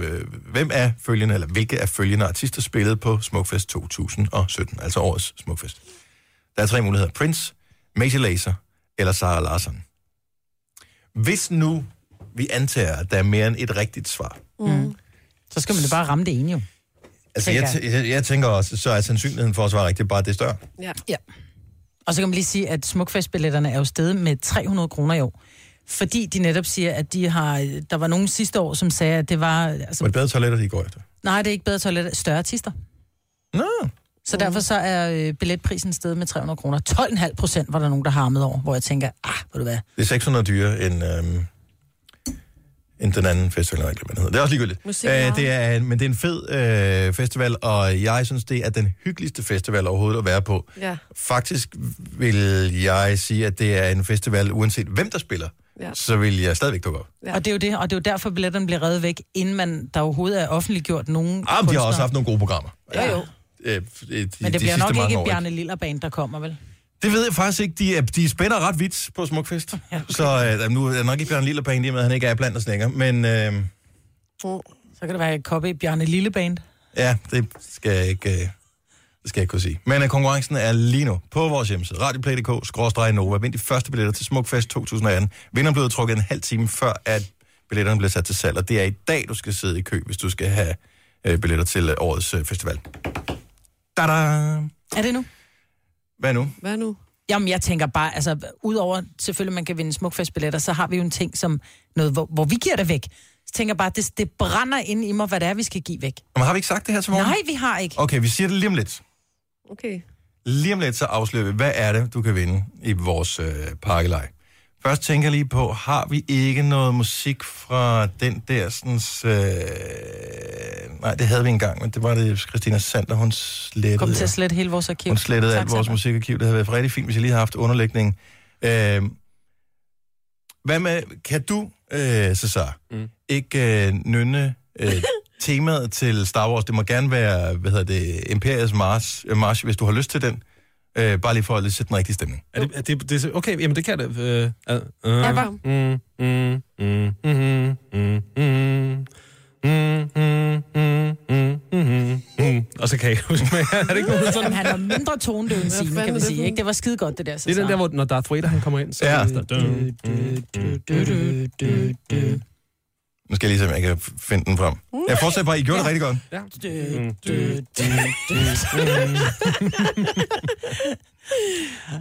Speaker 1: hvem er følgende, eller hvilke af følgende artister spillede på Smukfest 2017, altså årets Smukfest? Der er tre muligheder. Prince, Major Lazer eller Sarah Larsen. Hvis nu vi antager, at der er mere end et rigtigt svar.
Speaker 3: Så skal man jo bare ramme det ene jo.
Speaker 1: Altså, jeg, tæ- jeg, jeg tænker også, så er sandsynligheden for at svare rigtigt bare det større.
Speaker 3: Og så kan man lige sige, at smukfestbilletterne er jo steget med 300 kroner i år. Fordi de netop siger, at de har... Der var nogen sidste år, som sagde, at det var...
Speaker 1: Var
Speaker 3: Altså,
Speaker 1: det bedre toiletter, de går efter?
Speaker 3: nej, det er ikke bedre toilet. Større artister.
Speaker 1: Nå,
Speaker 3: Så derfor så er øh, billetprisen steget med 300 kroner. 12,5 procent var der nogen, der harmede over, hvor jeg tænker, ah, ved du hvad,
Speaker 1: det er 600 dyre end, øhm, end den anden festival, jeg ved ikke, hvad den hedder. Det er også ligegyldigt.
Speaker 2: Musik-
Speaker 1: Æh, det er, en- men det er en fed øh, festival, og jeg synes, det er den hyggeligste festival overhovedet at være på.
Speaker 2: Ja.
Speaker 1: Faktisk vil jeg sige, at det er en festival, uanset hvem der spiller, ja.
Speaker 2: Ja.
Speaker 1: så vil jeg stadigvæk dukke op.
Speaker 2: Ja.
Speaker 3: Og det er jo det, og det er jo derfor billetterne bliver reddet væk, inden man der overhovedet er offentliggjort nogen
Speaker 1: Ah, men de har
Speaker 3: kunstnere.
Speaker 1: også haft nogle gode programmer.
Speaker 3: Jo, jo.
Speaker 1: Øh, f- øh, de,
Speaker 3: Men det
Speaker 1: de
Speaker 3: bliver
Speaker 1: sidste
Speaker 3: nok
Speaker 1: mange
Speaker 3: ikke
Speaker 1: år,
Speaker 3: et Bjarne Lillerband, der kommer, vel?
Speaker 1: Det ved jeg faktisk ikke. De, er, de spænder ret vidt på Smukfest. Ja, okay. Så øh, nu er det nok ikke Bjørn Lillerbane, i og med at han ikke er blandt os længere. Men øh,
Speaker 3: Så kan det være et copy Bjarne Lilleband.
Speaker 1: ja, det skal jeg ikke... Øh, det skal jeg ikke kunne sige. Men øh, konkurrencen er lige nu på vores hjemmeside. Radioplay.dk, skråstrej Nova. Vind de første billetter til Smukfest 2018. Vinderen blev trukket en halv time før, at billetterne blev sat til salg. Og det er i dag, du skal sidde i kø, hvis du skal have øh, billetter til øh, årets øh, festival. Da-da!
Speaker 3: Er det nu?
Speaker 1: Hvad nu?
Speaker 2: Hvad nu?
Speaker 3: Jamen, jeg tænker bare, altså, udover selvfølgelig, man kan vinde smukfestbilletter, så har vi jo en ting som noget, hvor, hvor vi giver det væk. Så tænker jeg bare, det, det brænder ind i mig, hvad det er, vi skal give væk.
Speaker 1: Jamen, har vi ikke sagt det her til morgen?
Speaker 3: Nej, vi har ikke.
Speaker 1: Okay, vi siger det lige om lidt.
Speaker 2: Okay.
Speaker 1: Lige om lidt så afslører vi, hvad er det, du kan vinde i vores øh, pakkelej. Først tænker jeg lige på, har vi ikke noget musik fra den der sådan... Øh... Nej, det havde vi engang, men det var det Christina Sander, hun slettede.
Speaker 3: Kom til at slette hele vores arkiv.
Speaker 1: hun slettede
Speaker 3: Tak,
Speaker 1: alt vores
Speaker 3: Sandra.
Speaker 1: musikarkiv. Det havde været rigtig fint, hvis jeg lige havde haft underlægning. Øh... Hvad med, kan du, øh, Cesar, mm.
Speaker 8: Mm.
Speaker 1: ikke øh, nynne øh, temaet til Star Wars? Det må gerne være, hvad hedder det, Imperiets Mars, øh, March, hvis du har lyst til den. Øh, bare lige for at lidt sætte den rigtige stemning.
Speaker 8: Er det, er det, det, er- okay, jamen det kan det. Øh, ad, øh,
Speaker 2: Ja, bare.
Speaker 8: Mm, mm, mm, mm, mm, mm. Mm, mm, mm, mm, mm, mm. Og så kan jeg ikke huske mere. Er det ikke nogen sådan?
Speaker 3: Jamen, han var mindre tonedøv end
Speaker 2: fanden
Speaker 3: Signe, kan
Speaker 2: er
Speaker 3: vi
Speaker 2: det for
Speaker 3: sige.
Speaker 2: en-
Speaker 3: Ikke? Det var skide godt, det der. Så
Speaker 8: Det er den der, hvor når Darth Vader han kommer ind. Så
Speaker 1: Ja.
Speaker 8: er det sådan, dun, dun, dun, dun.
Speaker 1: Nu skal jeg lige se, om jeg kan f- finde den frem. Jeg fortsætter bare, I gjorde det rigtig godt.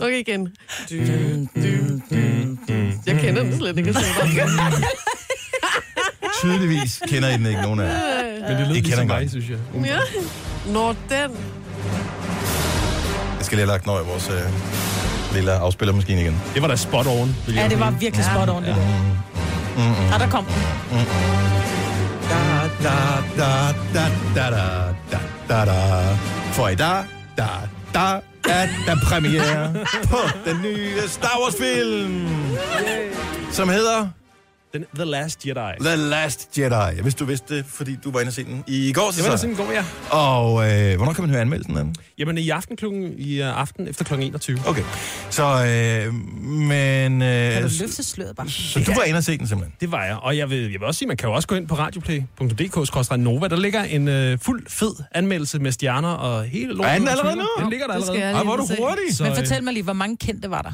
Speaker 2: Okay igen. Jeg kender den slet ikke. så jeg bare-
Speaker 1: Tydeligvis kender I den ikke, nogen af jer.
Speaker 8: Men det lød
Speaker 1: kender
Speaker 8: ligesom
Speaker 1: den godt.
Speaker 8: mig, synes jeg.
Speaker 2: Ja. Når den...
Speaker 1: Jeg skal lige have lagt den over i vores øh, lille afspillermaskine igen.
Speaker 8: Det var da spot on. vil jeg
Speaker 3: Ja, det var
Speaker 8: mene.
Speaker 3: virkelig spot on, det der. Og der kom den.
Speaker 1: da da da da da da da da da For i dag, da da er der premiere på den nye Star Wars film, som hedder
Speaker 8: Den The Last Jedi. Jeg
Speaker 1: The Last Jedi. Hvis du vidste det, fordi du var inde og se den i går, så.
Speaker 8: ved, der sådan går, ja.
Speaker 1: Og øh, hvornår kan man høre anmeldelsen af den?
Speaker 8: Jamen i aften, klokken, i øh, aften efter kl. 21.
Speaker 1: Okay. Så, øh, men...
Speaker 3: Kan
Speaker 1: Øh,
Speaker 3: du
Speaker 1: så,
Speaker 3: løfte sløret bare?
Speaker 1: så du var inde og se den simpelthen?
Speaker 8: Det var jeg, og jeg vil, jeg vil også sige, man kan jo også gå ind på radioplay.dk-nova. Der ligger en øh, fuld fed anmeldelse med stjerner og hele lorten.
Speaker 1: Er den allerede nu?
Speaker 8: Den ligger der
Speaker 2: Det skal
Speaker 8: allerede.
Speaker 2: jeg
Speaker 1: Ej, hvor er du
Speaker 2: lige se.
Speaker 1: hurtig.
Speaker 8: Så,
Speaker 3: Men fortæl mig lige, hvor mange kendte var der?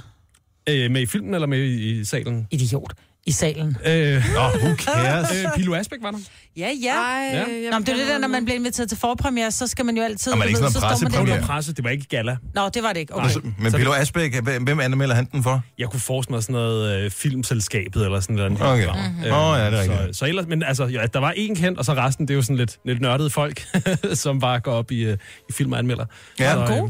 Speaker 8: øh, øh, med i filmen eller med i, i salen?
Speaker 3: Idiot. I salen.
Speaker 8: Øh,
Speaker 1: Nå, who cares? *laughs*
Speaker 8: øh, *laughs* Pilo Asbæk var der.
Speaker 3: Ja, ja.
Speaker 2: Ej,
Speaker 8: Ja.
Speaker 2: jeg vil
Speaker 3: Nå, men det er
Speaker 2: gerne
Speaker 3: jo det der, når
Speaker 2: have
Speaker 3: man bliver inviteret til forpremiere, så skal man jo altid...
Speaker 1: Og man er
Speaker 3: du
Speaker 1: ikke
Speaker 3: ved,
Speaker 1: sådan en
Speaker 3: så står man
Speaker 8: Det
Speaker 1: pressepremiere.
Speaker 8: var presse, det var ikke gala.
Speaker 3: der- Nå, det var det ikke. Okay.
Speaker 8: Nej.
Speaker 1: Så, men
Speaker 8: Så-
Speaker 1: Pilo Asbæk, hvem hvem anmelder han den for?
Speaker 8: Jeg kunne forestille mig sådan noget øh, filmselskabet eller sådan noget.
Speaker 1: Okay. Mhm.
Speaker 8: Mm-hmm.
Speaker 1: Åh, ja, det er
Speaker 8: så,
Speaker 1: rigtigt.
Speaker 8: så ellers, men altså, ja, der var en kendt, og så resten, det er jo sådan lidt, lidt nørdede folk, *laughs* som bare går op i, øh, i film og anmelder.
Speaker 1: Ja.
Speaker 8: så,
Speaker 1: Var den
Speaker 8: øh,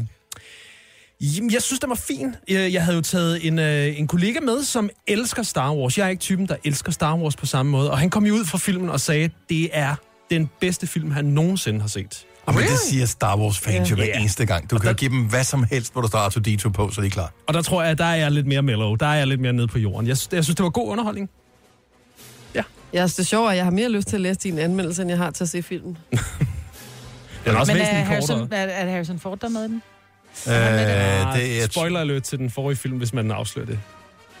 Speaker 8: Jamen, jeg synes, det var fint. Jeg, jeg havde jo taget en, øh, en kollega med, som elsker Star Wars. Jeg er ikke typen, der elsker Star Wars på samme måde. Og han kom jo ud fra filmen og sagde, det er den bedste film, han nogensinde har set.
Speaker 1: Og men det siger Star Wars-fans jo hver
Speaker 8: Ja.
Speaker 1: eneste gang. Du kan jo give dem hvad som helst, hvor du står R2-D2 på, så de er klar.
Speaker 8: Og der tror jeg, der er jeg lidt mere mellow. Der er jeg lidt mere nede på jorden. Jeg, sy- jeg synes, det var god underholdning.
Speaker 2: den. Ja, altså, det er sjovt, at jeg har mere lyst til at læse din anmeldelse, end jeg har til at se filmen.
Speaker 8: Den er også
Speaker 3: Men er
Speaker 8: væsentligt kortere.
Speaker 3: Harrison, er, er Harrison Ford der med i den?
Speaker 1: Øh,
Speaker 8: det
Speaker 1: det
Speaker 8: er
Speaker 1: er
Speaker 8: Ah, spoiler alert til den forrige film, hvis man afslører det.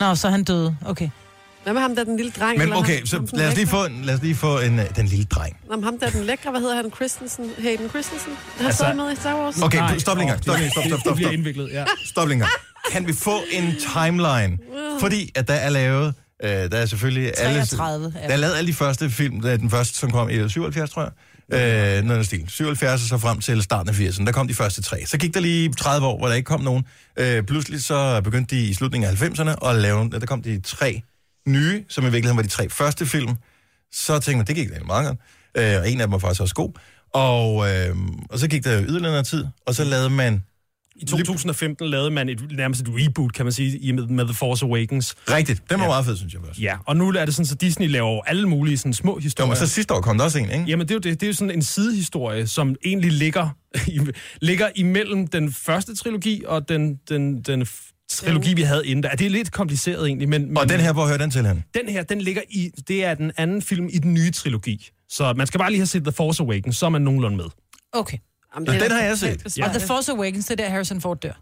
Speaker 3: Nå, så er han døde. Okay.
Speaker 2: Hvad med ham, der er den lille dreng?
Speaker 1: Men
Speaker 2: eller
Speaker 1: okay,
Speaker 2: ham,
Speaker 1: så
Speaker 2: ham den
Speaker 1: lad os lige
Speaker 2: lækre?
Speaker 1: få, en- lad os lige få en, øh, den lille dreng.
Speaker 2: Nå, men ham der er den lækre, hvad hedder han? Christensen? Hayden Christensen? Han altså...
Speaker 8: Altså-
Speaker 2: sad med i Star Wars.
Speaker 1: Okay,
Speaker 8: Nej,
Speaker 1: du- stop lige en gang.
Speaker 8: åh,
Speaker 1: Stop,
Speaker 8: det-
Speaker 1: stop,
Speaker 8: det-
Speaker 1: stop,
Speaker 8: Det
Speaker 1: stop,
Speaker 8: bliver
Speaker 1: stop.
Speaker 8: indviklet, ja.
Speaker 1: Stop lige en gang. Kan vi få en timeline? Fordi at der er lavet, øh, der er selvfølgelig... Alle,
Speaker 3: 33.
Speaker 1: der er lavet alle de første film. Der er den første, som kom i 77, tror jeg. Øh, noget af den stil. 77 og så frem til starten af 80'erne. Der kom de første tre. Så gik der lige 30 år, hvor der ikke kom nogen. Øh, pludselig så begyndte de i slutningen af 90'erne at lave... Der kom de tre nye, som i virkeligheden var de tre første film. Så tænkte man, det gik da meget godt. Øh, og en af dem var faktisk også god. Og, øh, og så gik der jo yderligere noget tid, og så lavede man
Speaker 8: I 2015 lavede man et, nærmest et reboot, kan man sige, i med, med The Force Awakens.
Speaker 1: Rigtigt. Den var ja.
Speaker 8: Ja.
Speaker 1: meget fed, synes jeg først.
Speaker 8: Ja, og nu er det sådan, så Disney laver jo alle mulige sådan, små
Speaker 1: Jo,
Speaker 8: historier.
Speaker 1: og så sidste år kom der også en, ikke?
Speaker 8: Jamen, det er jo det. Det er jo sådan en sidehistorie, som egentlig ligger, *laughs* ligger imellem den første trilogi og den, den, den f- trilogi, vi havde inden der. Det er lidt kompliceret egentlig, men...
Speaker 1: Og
Speaker 8: men,
Speaker 1: den her, hvor hører den til han?
Speaker 8: Den her, den ligger i... Det er den anden film i den nye trilogi. Så man skal bare lige have set The Force Awakens, så er man nogenlunde med. *clears throat*
Speaker 3: Okay.
Speaker 2: Jamen,
Speaker 1: Nå,
Speaker 2: det er
Speaker 1: den har jeg
Speaker 2: totalt
Speaker 1: set.
Speaker 2: besvaret.
Speaker 3: Og The Force Awakens, det er der Harrison Ford dør.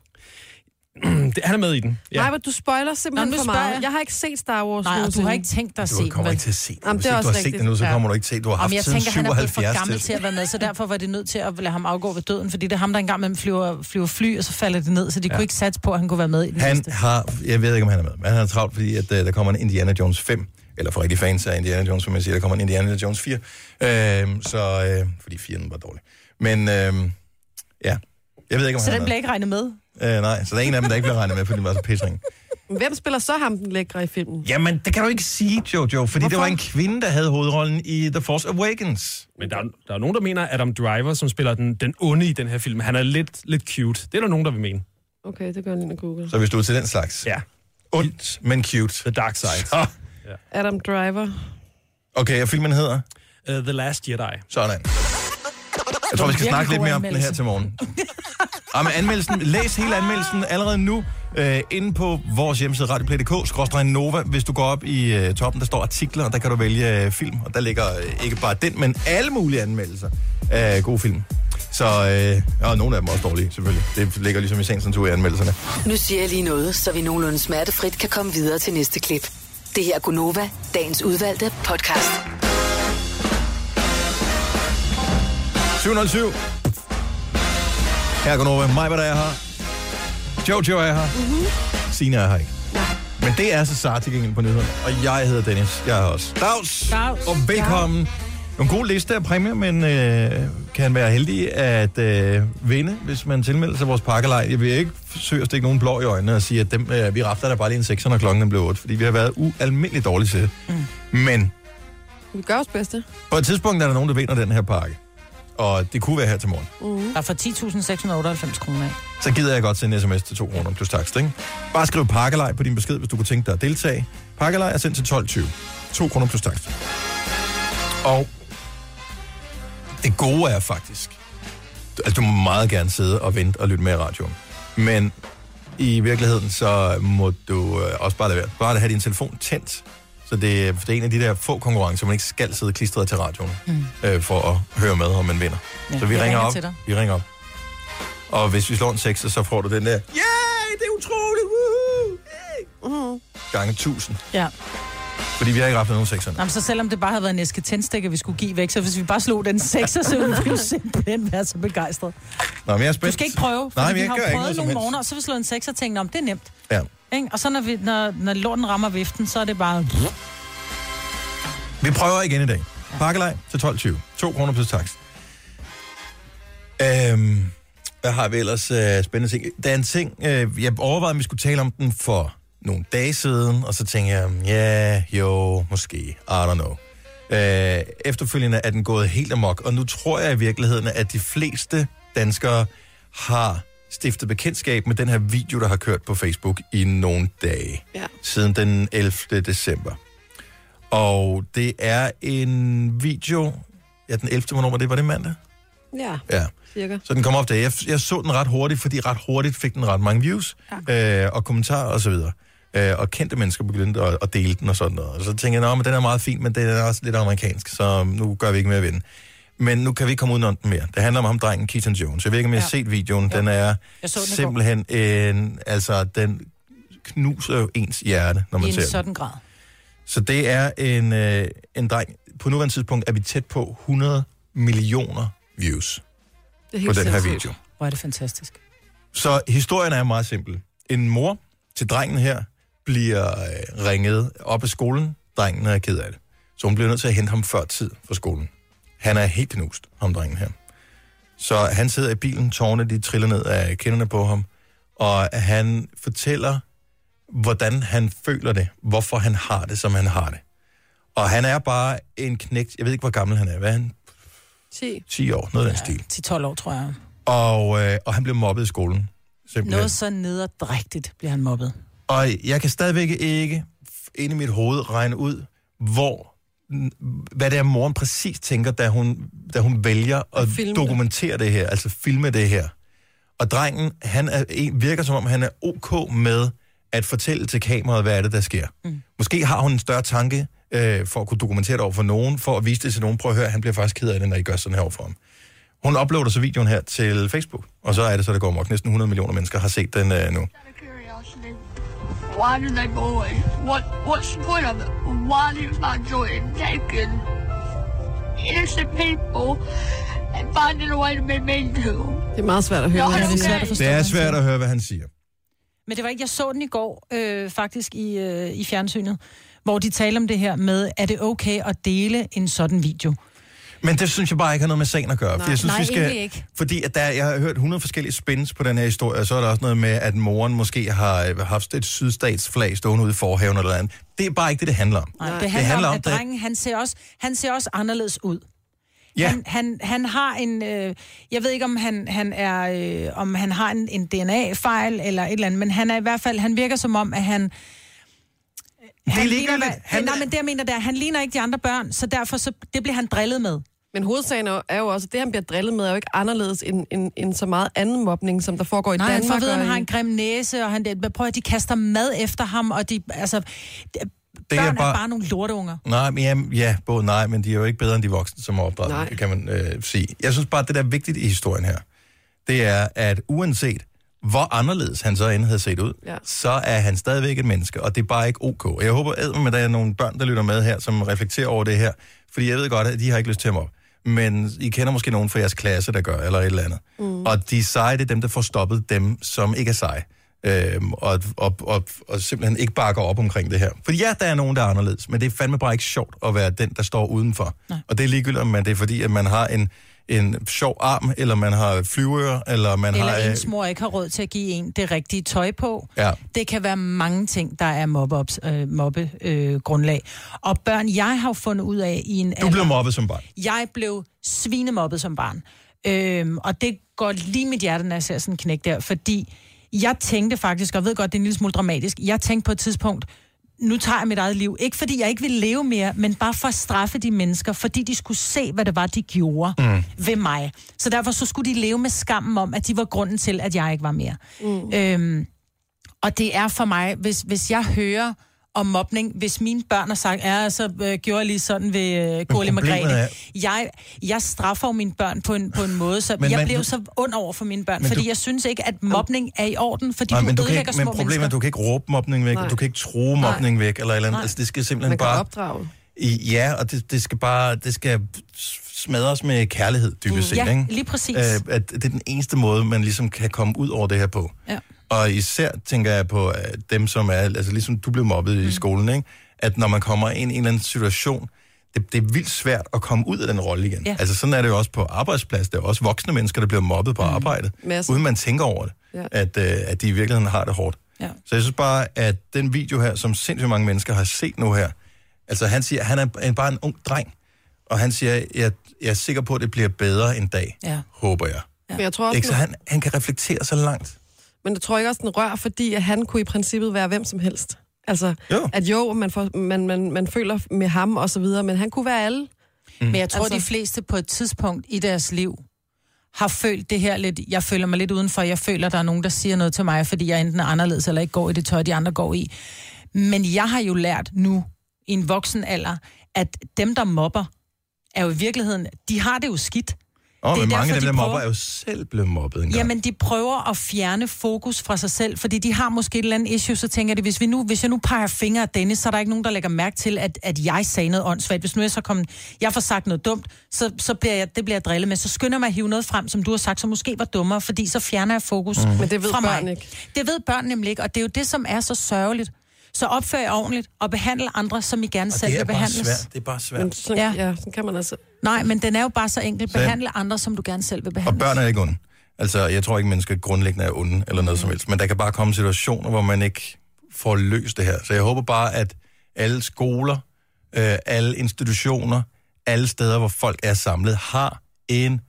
Speaker 8: Det- Han er med i den.
Speaker 2: Ja. Nej, men du spoiler simpelthen
Speaker 3: Nå, nu
Speaker 2: for
Speaker 3: spørger
Speaker 2: meget. Jeg.
Speaker 3: jeg.
Speaker 2: jeg har ikke set Star Wars
Speaker 3: Nej, og du har
Speaker 2: nogensinde.
Speaker 3: ikke tænkt dig at se
Speaker 1: Du
Speaker 3: den,
Speaker 1: kommer
Speaker 3: vel?
Speaker 1: ikke til at se den.
Speaker 2: Jamen,
Speaker 1: Hvis
Speaker 2: det er
Speaker 1: ikke du har
Speaker 2: også
Speaker 1: set den
Speaker 2: rigtigt.
Speaker 1: nu, så
Speaker 2: Ja.
Speaker 1: kommer du ikke til. Du har haft
Speaker 3: Jamen, jeg
Speaker 1: siden
Speaker 3: tænker, han er blevet
Speaker 1: 77
Speaker 3: for gammel til
Speaker 1: til.
Speaker 3: at være med, så derfor var det nødt til at lade ham afgå ved døden, fordi det er ham, der engang mellem flyver, flyver fly, og så falder det ned, så de ja. kunne ikke satse på, at han kunne være med i den
Speaker 1: Han
Speaker 3: næste.
Speaker 1: har, jeg ved ikke, om han er med, men han har travlt, fordi at, uh, der kommer en Indiana Jones 5, eller for rigtig fans af Indiana Jones, som jeg siger, der kommer en Indiana Jones 4, øh, så, øh, fordi 4'en var dårlig. Men øh, ja, jeg ved ikke, om
Speaker 3: Så
Speaker 1: han
Speaker 3: den
Speaker 1: er
Speaker 3: bliver ikke regnet med.
Speaker 1: med. Øh, nej, så der er en af dem, der ikke bliver regnet med, fordi den var så pissring.
Speaker 2: Hvem spiller så ham den lækre i filmen?
Speaker 1: Jamen, det kan du ikke sige, Jojo, fordi Hvorfor? det var en kvinde, der havde hovedrollen i The Force Awakens.
Speaker 8: Men der er, der er nogen, der mener, at Adam Driver, som spiller den, den onde i den her film, han er lidt, lidt cute. Det er der nogen, der vil mene.
Speaker 2: Okay, det gør jeg lige at google.
Speaker 1: Så hvis du er til den slags,
Speaker 8: Ja.
Speaker 1: ondt, men cute.
Speaker 8: The Dark Side.
Speaker 1: Så.
Speaker 2: Adam Driver.
Speaker 1: Okay, og filmen hedder?
Speaker 8: Uh, The Last Jedi.
Speaker 1: Sådan. Jeg tror, vi skal
Speaker 3: Virkelig
Speaker 1: snakke lidt
Speaker 3: god
Speaker 1: mere om den her
Speaker 3: anmeldelse.
Speaker 1: til morgen. Ja, men anmeldelsen, læs hele anmeldelsen allerede nu øh, inde på vores hjemmeside radioplay.dk, skråstrej Nova. Hvis du går op i øh, toppen, der står artikler, og der kan du vælge øh, film. Og der ligger øh, ikke bare den, men alle mulige anmeldelser af gode film. Så, øh, og nogle af dem er også dårlige, selvfølgelig. Det ligger ligesom i sagens natur i anmeldelserne.
Speaker 7: Nu siger jeg lige noget, så vi nogenlunde smertefrit kan komme videre til næste klip. Det her er Gunova, dagens udvalgte podcast.
Speaker 1: 707. Her går Nova. Mig, hvad der er her. Jojo er her. Mm-hmm. Sina er her ikke. Men det er så Sara til gengæld på nyhederne. Og jeg hedder Dennis. Jeg er her også. Dags.
Speaker 3: Dags.
Speaker 1: Og velkommen. Nogle gode liste af præmier, men øh, kan være heldig at øh, vinde, hvis man tilmelder sig vores pakkelej. Jeg vil ikke forsøge at stikke nogen blå i øjnene og sige, at dem, øh, vi rafter der bare lige en 6, når klokken den blev 8, fordi vi har været ualmindeligt dårlige til det. Mm. Men
Speaker 2: Vi gør os bedste.
Speaker 1: på et tidspunkt er der nogen, der vinder den her pakke. Og det kunne være her til morgen.
Speaker 3: Der er for 10.698 kroner af.
Speaker 1: så gider jeg godt sende en sms til 2 kroner plus takst, ikke? Bare skriv pakkelej på din besked, hvis du kunne tænke dig at deltage. Pakkelej er sendt til 12.20. 2 kroner plus takst. Og det gode er faktisk, altså du må meget gerne sidde og vente og lytte med i radioen, men i virkeligheden, så må du øh, også bare lade være. Bare have din telefon tændt, Så det, er- det er en af de der få konkurrencer, man ikke skal sidde klistret til radioen, mm. øh, for at høre med, om man vinder. Ja, så vi
Speaker 3: jeg
Speaker 1: ringer
Speaker 3: ringer
Speaker 1: op.
Speaker 3: til dig.
Speaker 1: Vi ringer op. Og hvis vi slår en 6, så får du den der, yeah, det er utroligt, woohoo, yeah,
Speaker 3: Mm-hmm.
Speaker 1: uh gange 1000.
Speaker 3: Ja.
Speaker 1: Fordi vi har ikke ramt nogen 6'erne.
Speaker 3: Nå, men så selvom det bare havde været en æske tændstikker, vi skulle give væk, så hvis vi bare slog den sekser, så ville vi jo simpelthen være så begejstret.
Speaker 1: Nå, men jeg er spændt.
Speaker 3: Du skal ikke prøve, for
Speaker 1: Nej, men
Speaker 3: vi
Speaker 1: jeg
Speaker 3: har
Speaker 1: gør
Speaker 3: jo
Speaker 1: ikke
Speaker 3: prøvet
Speaker 1: noget som
Speaker 3: nogle
Speaker 1: helst.
Speaker 3: morgener, og så har vi slået en sekser og tænkt, om det er nemt.
Speaker 1: Ja.
Speaker 3: Ikke? Og så når, vi, når, når lorten rammer viften, så er det bare...
Speaker 1: Vi prøver igen i dag. Pakkelej til 12.20. 2 kroner plus tax. Øhm, hvad har vi ellers øh, spændende ting? Der er en ting, øh, jeg overvejede, om vi skulle tale om den for nogle dage siden, og så tænkte jeg, "Mm, ja, jo, måske, I don't know. Øh, efterfølgende er den gået helt amok, og nu tror jeg i virkeligheden, at de fleste danskere har stiftet bekendtskab med den her video, der har kørt på Facebook i nogle dage,
Speaker 5: Ja.
Speaker 1: siden den 11. december. Og det er en video... Ja, den 11. Hvornår var det? Var det mandag?
Speaker 5: Ja,
Speaker 1: Ja.
Speaker 5: cirka.
Speaker 1: Så den kom op der. Jeg, jeg så den ret hurtigt, fordi ret hurtigt fik den ret mange views ja. øh, og kommentarer og så videre. Øh, og kendte mennesker begyndte at, at dele den og sådan noget. Og så tænkte jeg, at den er meget fin, men den er også lidt amerikansk, så nu gør vi ikke mere ved den. Men nu kan vi ikke komme udenom den mere. Det handler om ham, drengen Keaton Jones. Jeg ved ikke, om I har
Speaker 3: Ja.
Speaker 1: set videoen. Den er
Speaker 3: Jeg så den i går.
Speaker 1: simpelthen en... Altså, den knuser jo ens hjerte, når man
Speaker 3: i
Speaker 1: ser
Speaker 3: en
Speaker 1: den.
Speaker 3: sådan grad.
Speaker 1: Så det er en, øh, en dreng. På nuværende tidspunkt er vi tæt på 100 millioner views
Speaker 5: Det er helt
Speaker 1: på den her
Speaker 5: sindssygt.
Speaker 1: video.
Speaker 3: Hvor er det fantastisk.
Speaker 1: Så historien er meget simpel. En mor til drengen her bliver øh, ringet op af skolen. Drengen er ked af det. Så hun bliver nødt til at hente ham før tid fra skolen. Han er helt knust, ham drengen her. Så han sidder i bilen, tårne de triller ned af kinderne på ham, og han fortæller, hvordan han føler det, hvorfor han har det, som han har det. Og han er bare en knægt, jeg ved ikke, hvor gammel han er, hvad er han?
Speaker 5: 10.
Speaker 1: 10 år, noget af den stil.
Speaker 3: 10-12 år, tror jeg.
Speaker 1: Og, øh, og han blev mobbet i skolen. Simpelthen.
Speaker 3: Noget så nederdrægtigt bliver han mobbet.
Speaker 1: Og jeg kan stadigvæk ikke f- inde i mit hoved regne ud, hvor hvad det er, moren præcis tænker, da hun, da hun vælger at
Speaker 5: filme det.
Speaker 1: dokumentere det her, altså filme det her. Og drengen, han er, en- virker som om, han er ok med at fortælle til kameraet, hvad er det, der sker. Mm. Måske har hun en større tanke øh, for at kunne dokumentere det over for nogen, for at vise det til nogen. Prøv at høre, han bliver faktisk ked af det, når I gør sådan her over for ham. Hun uploader så videoen her til Facebook, og så er det så, der går mok. Næsten 100 millioner mennesker har set den øh, nu.
Speaker 9: out of curiosity, why do they go away? What what's the point of it? Why is my joy in taking innocent people and finding a way to be mean to them?
Speaker 5: Det er meget svært at høre.
Speaker 9: Y'all
Speaker 5: hvad
Speaker 9: okay?
Speaker 5: han siger.
Speaker 1: Det er svært at høre, hvad han siger.
Speaker 3: Men det var ikke, jeg så den i går, øh, faktisk i, øh, i fjernsynet, hvor de taler om det her med, er det okay at dele en sådan video?
Speaker 1: Men det synes jeg bare ikke har noget med sagen at gøre. Nej, jeg synes,
Speaker 3: nej,
Speaker 1: vi skal,
Speaker 3: egentlig ikke.
Speaker 1: Fordi at der, jeg har hørt 100 forskellige spins på den her historie, og så er der også noget med, at moren måske har øh, haft et sydstatsflag stående ude i forhaven eller noget andet. Det er bare ikke det, det handler om.
Speaker 3: Nej,
Speaker 1: Det
Speaker 3: det handler, det
Speaker 1: handler
Speaker 3: handler
Speaker 1: om
Speaker 3: om, at
Speaker 1: det.
Speaker 3: drengen, han ser, også, han ser også anderledes ud.
Speaker 1: Ja,
Speaker 3: Han, han, han har en, øh, jeg ved ikke om han, han er, øh, om han har en, en DNA-fejl eller et eller andet, men han er i hvert fald, han virker som om, at han,
Speaker 1: det er
Speaker 3: han ligner,
Speaker 1: ligegyldigt.
Speaker 3: hvad-
Speaker 1: Han,
Speaker 3: nej, men det jeg mener, det er, han ligner ikke de andre børn, så derfor så, det bliver han drillet med.
Speaker 5: Men hovedsagen er jo- er jo også, at det, han bliver drillet med, er jo ikke anderledes end, end, end så meget anden mobning, som der foregår i
Speaker 3: Nej, han
Speaker 5: Danmark.
Speaker 3: får at vide, at
Speaker 5: og
Speaker 3: han
Speaker 5: i-
Speaker 3: har en grim næse, og han, det- prøv at de kaster mad efter ham, og de, altså, det,
Speaker 1: er
Speaker 3: børn er bare...
Speaker 1: bare-
Speaker 3: er bare nogle lorteunger.
Speaker 1: Nej, men ja, ja, både nej, men de er jo ikke bedre end de voksne, som er opdraget,
Speaker 5: Nej.
Speaker 1: nej. kan man øh, sige. Jeg synes bare, at det der er vigtigt i historien her, det er, at uanset hvor anderledes han så end havde set ud, ja.
Speaker 5: Ja.
Speaker 1: så er han stadigvæk et menneske, og det er bare ikke ok. Og Jeg håber, at der er nogle børn, der lytter med her, som reflekterer over det her, fordi jeg ved godt, at de har ikke lyst til mig op. Men I kender måske nogen fra jeres klasse, der gør, eller et eller andet. Mm. Og de seje, det er dem, der får stoppet dem, som ikke er seje. Øhm, og, og, og, og simpelthen ikke bakker op omkring det her. For ja, der er nogen, der er anderledes, men det er fandme bare ikke sjovt at være den, der står udenfor. Nej. Og det er ligegyldigt, om man, det er fordi, at man har en, en sjov arm, eller man har flyveører, eller man
Speaker 3: Eller
Speaker 1: har... øh,
Speaker 3: ens mor ikke har råd til at give en det rigtige tøj på.
Speaker 1: Ja.
Speaker 3: Det kan være mange ting, der er mobbeops, øh, mobbe, øh, grundlag. Og børn, jeg har jo fundet ud af i en
Speaker 1: Du blev mobbet som barn.
Speaker 3: Jeg blev svinemobbet som barn. Øhm, og det går lige mit hjerte, når jeg ser sådan en knæk der, fordi jeg tænkte faktisk, og jeg ved godt, det er en lille smule dramatisk, jeg tænkte på et tidspunkt, nu tager jeg mit eget liv. Ikke fordi jeg ikke vil leve mere, men bare for at straffe de mennesker, fordi de skulle se, hvad det var, de gjorde mm. ved mig. Så derfor så skulle de leve med skammen om, at de var grunden til, at jeg ikke var mere. Mm. Øhm, og det er for mig, hvis, hvis jeg hører om mobning, hvis mine børn har sagt, ja, så øh, gjorde jeg lige sådan ved øh, Gurli
Speaker 1: problemet
Speaker 3: Margrethe.
Speaker 1: er-
Speaker 3: Jeg, jeg straffer jo mine børn på en, på en måde, så
Speaker 1: Men
Speaker 3: men, jeg
Speaker 1: man-
Speaker 3: blev så ond over for mine børn,
Speaker 1: Men
Speaker 3: fordi
Speaker 1: du-
Speaker 3: du... jeg synes ikke, at mobning er i orden, fordi
Speaker 1: Nej,
Speaker 3: Nej, du,
Speaker 1: men, du kan
Speaker 3: ødelægger
Speaker 1: ikke,
Speaker 3: små
Speaker 1: men problemet er,
Speaker 3: mennesker.
Speaker 1: at du kan ikke råbe mobning væk,
Speaker 2: Nej.
Speaker 1: og du kan ikke true mobning væk, eller et eller andet.
Speaker 3: Nej.
Speaker 1: Altså, det skal simpelthen
Speaker 2: Man kan
Speaker 1: bare...
Speaker 2: opdrage.
Speaker 1: I, ja, og det, det skal bare det skal smadres med kærlighed, dybest set.
Speaker 3: Ja,
Speaker 1: ikke?
Speaker 3: lige præcis.
Speaker 1: Øh, at det er den eneste måde, man ligesom kan komme ud over det her på.
Speaker 3: Ja.
Speaker 1: Og især tænker jeg på øh, dem, som er, altså ligesom du blev mobbet mm. i skolen, ikke? at når man kommer ind i en eller anden situation, det, det er vildt svært at komme ud af den rolle igen.
Speaker 3: Ja.
Speaker 1: Altså sådan er det jo også på arbejdsplads. Der er også voksne mennesker, der bliver mobbet på mm. arbejde,
Speaker 2: Masser.
Speaker 1: uden man tænker over det, ja.
Speaker 2: Ja.
Speaker 1: at, øh, at de i virkeligheden har det hårdt.
Speaker 3: Ja.
Speaker 1: Så jeg synes bare, at den video her, som sindssygt mange mennesker har set nu her, altså han siger, han er en- bare en ung dreng, og han siger, jeg, jeg er sikker på, at det bliver bedre en dag,
Speaker 3: Ja.
Speaker 1: håber jeg.
Speaker 2: Men jeg tror også,
Speaker 1: Ikke? Så han, han kan reflektere så langt.
Speaker 2: Men jeg tror ikke også, den rører, fordi at han kunne i princippet være hvem som helst. Altså,
Speaker 1: Jo.
Speaker 2: jo. at jo, man, får, man, man, man føler med ham og så videre, men han kunne være alle.
Speaker 1: Mm.
Speaker 3: Men jeg tror, altså...
Speaker 2: Altså-
Speaker 3: de fleste på et tidspunkt i deres liv har følt det her lidt, jeg føler mig lidt udenfor, jeg føler, der er nogen, der siger noget til mig, fordi jeg enten er anderledes eller ikke går i det tøj, de andre går i. Men jeg har jo lært nu, i en voksen alder, at dem, der mobber, er jo i virkeligheden, de har det jo skidt.
Speaker 1: Og
Speaker 3: Det er
Speaker 1: men mange
Speaker 3: derfor,
Speaker 1: af dem,
Speaker 3: de
Speaker 1: der mobber,
Speaker 3: prøver-
Speaker 1: er jo selv blevet mobbet engang.
Speaker 3: Jamen, de prøver at fjerne fokus fra sig selv, fordi de har måske et eller andet issue, så tænker de, hvis, vi nu, hvis jeg nu peger fingre af Dennis, så er der ikke nogen, der lægger mærke til, at, at jeg sagde noget åndssvagt. Hvis nu jeg så kom, jeg får sagt noget dumt, så, så bliver jeg, det bliver jeg drillet med. Så skynder jeg mig at hive noget frem, som du har sagt, som måske var dummere, fordi så fjerner jeg fokus mm.
Speaker 2: Men det ved
Speaker 3: fra mig.
Speaker 2: børn ikke.
Speaker 3: Det ved børn nemlig ikke, og det er jo det, som er så sørgeligt. Så opfør jer ordentligt og behandle andre, som I gerne
Speaker 1: og
Speaker 3: selv
Speaker 1: det er
Speaker 3: vil
Speaker 1: bare
Speaker 3: behandles.
Speaker 1: svært. Det er bare svært.
Speaker 2: Men sådan,
Speaker 3: Ja.
Speaker 2: ja. ja, sådan kan man altså...
Speaker 1: Mm.
Speaker 3: Nej, men den er jo bare så enkel.
Speaker 1: Så-
Speaker 3: Behandle andre, som du gerne selv vil behandles.
Speaker 1: Og børn er ikke onde. Altså, jeg tror ikke, mennesker grundlæggende er onde eller noget som helst. Men der kan bare komme situationer, hvor man ikke får løst det her. Så jeg håber bare, at alle skoler, øh, alle institutioner, alle steder, hvor folk er samlet, har en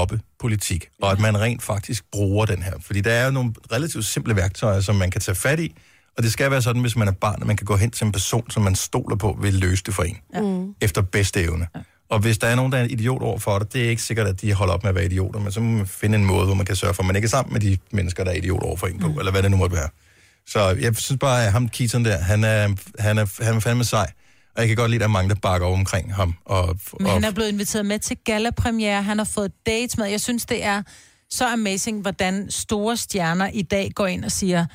Speaker 1: mobbepolitik. Og at man rent faktisk bruger den her. Fordi der er jo nogle relativt simple værktøjer, som man kan tage fat i. Og det skal være sådan, hvis man er barn, at man kan gå hen til en person, som man stoler på, vil løse det for en. Ja. Efter bedste evne. Ja. Og hvis der er nogen, der er en idiot over for det, det er ikke sikkert, at de holder op med at være idioter, men så må man finde en måde, hvor man kan sørge for, at man ikke er sammen med de mennesker, der er idioter over for en på, mm. eller hvad det nu måtte være. Så jeg synes bare, at ham Keaton der, han er, han er, han er fandme sej. Og jeg kan godt lide, at der er mange, der bakker op omkring ham. Og,
Speaker 3: Men
Speaker 1: og,
Speaker 3: han er blevet inviteret med til gallapremiere, han har fået dates med. Jeg synes, det er så amazing, hvordan store stjerner i dag går ind og siger,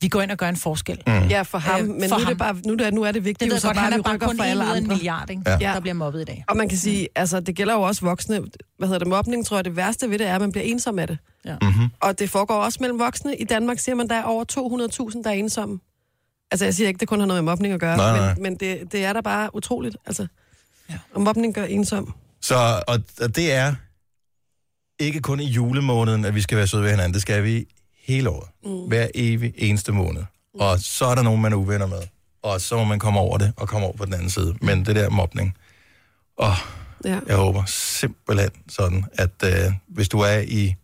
Speaker 3: vi går ind og gør en forskel. Mm.
Speaker 2: Ja, for ham.
Speaker 3: Øh,
Speaker 2: Øh, men for
Speaker 3: for
Speaker 2: nu, er
Speaker 3: ham.
Speaker 2: det bare, nu, er det, nu er det
Speaker 3: Det
Speaker 2: vigtigt,
Speaker 3: ved
Speaker 2: det
Speaker 3: jeg
Speaker 2: så
Speaker 3: godt,
Speaker 2: bare,
Speaker 3: han
Speaker 2: at
Speaker 3: er
Speaker 2: vi
Speaker 3: bare
Speaker 2: rykker
Speaker 3: kun
Speaker 2: for
Speaker 3: en
Speaker 2: alle
Speaker 3: ud af en
Speaker 2: andre.
Speaker 3: milliard, ikke?
Speaker 1: Ja.
Speaker 3: Ja. der bliver mobbet i dag.
Speaker 2: Og man kan sige, altså det gælder jo også voksne, hvad hedder det, mobning, tror jeg, det værste ved det er, at man bliver ensom af det.
Speaker 3: Ja.
Speaker 1: Mhm.
Speaker 2: Mm-hmm. Og det foregår også mellem voksne. I Danmark siger man, der er over 200.000, der er ensomme. Altså jeg siger ikke, det kun har noget med mobning at gøre,
Speaker 1: Nej,
Speaker 2: men,
Speaker 1: nej.
Speaker 2: men det, det er da bare utroligt. Altså, ja. Og mobning gør ensom.
Speaker 1: så, og, og det er ikke kun i julemåneden, at vi skal være søde ved hinanden. Det skal vi hele året. Mm. Hver evig eneste måned. Og så er der nogen, man er uvenner med. Og så må man komme over det, og komme over på den anden side. Men det der mobning. Åh, oh,
Speaker 2: Ja.
Speaker 1: Jeg håber simpelthen sådan, at øh, hvis du er i,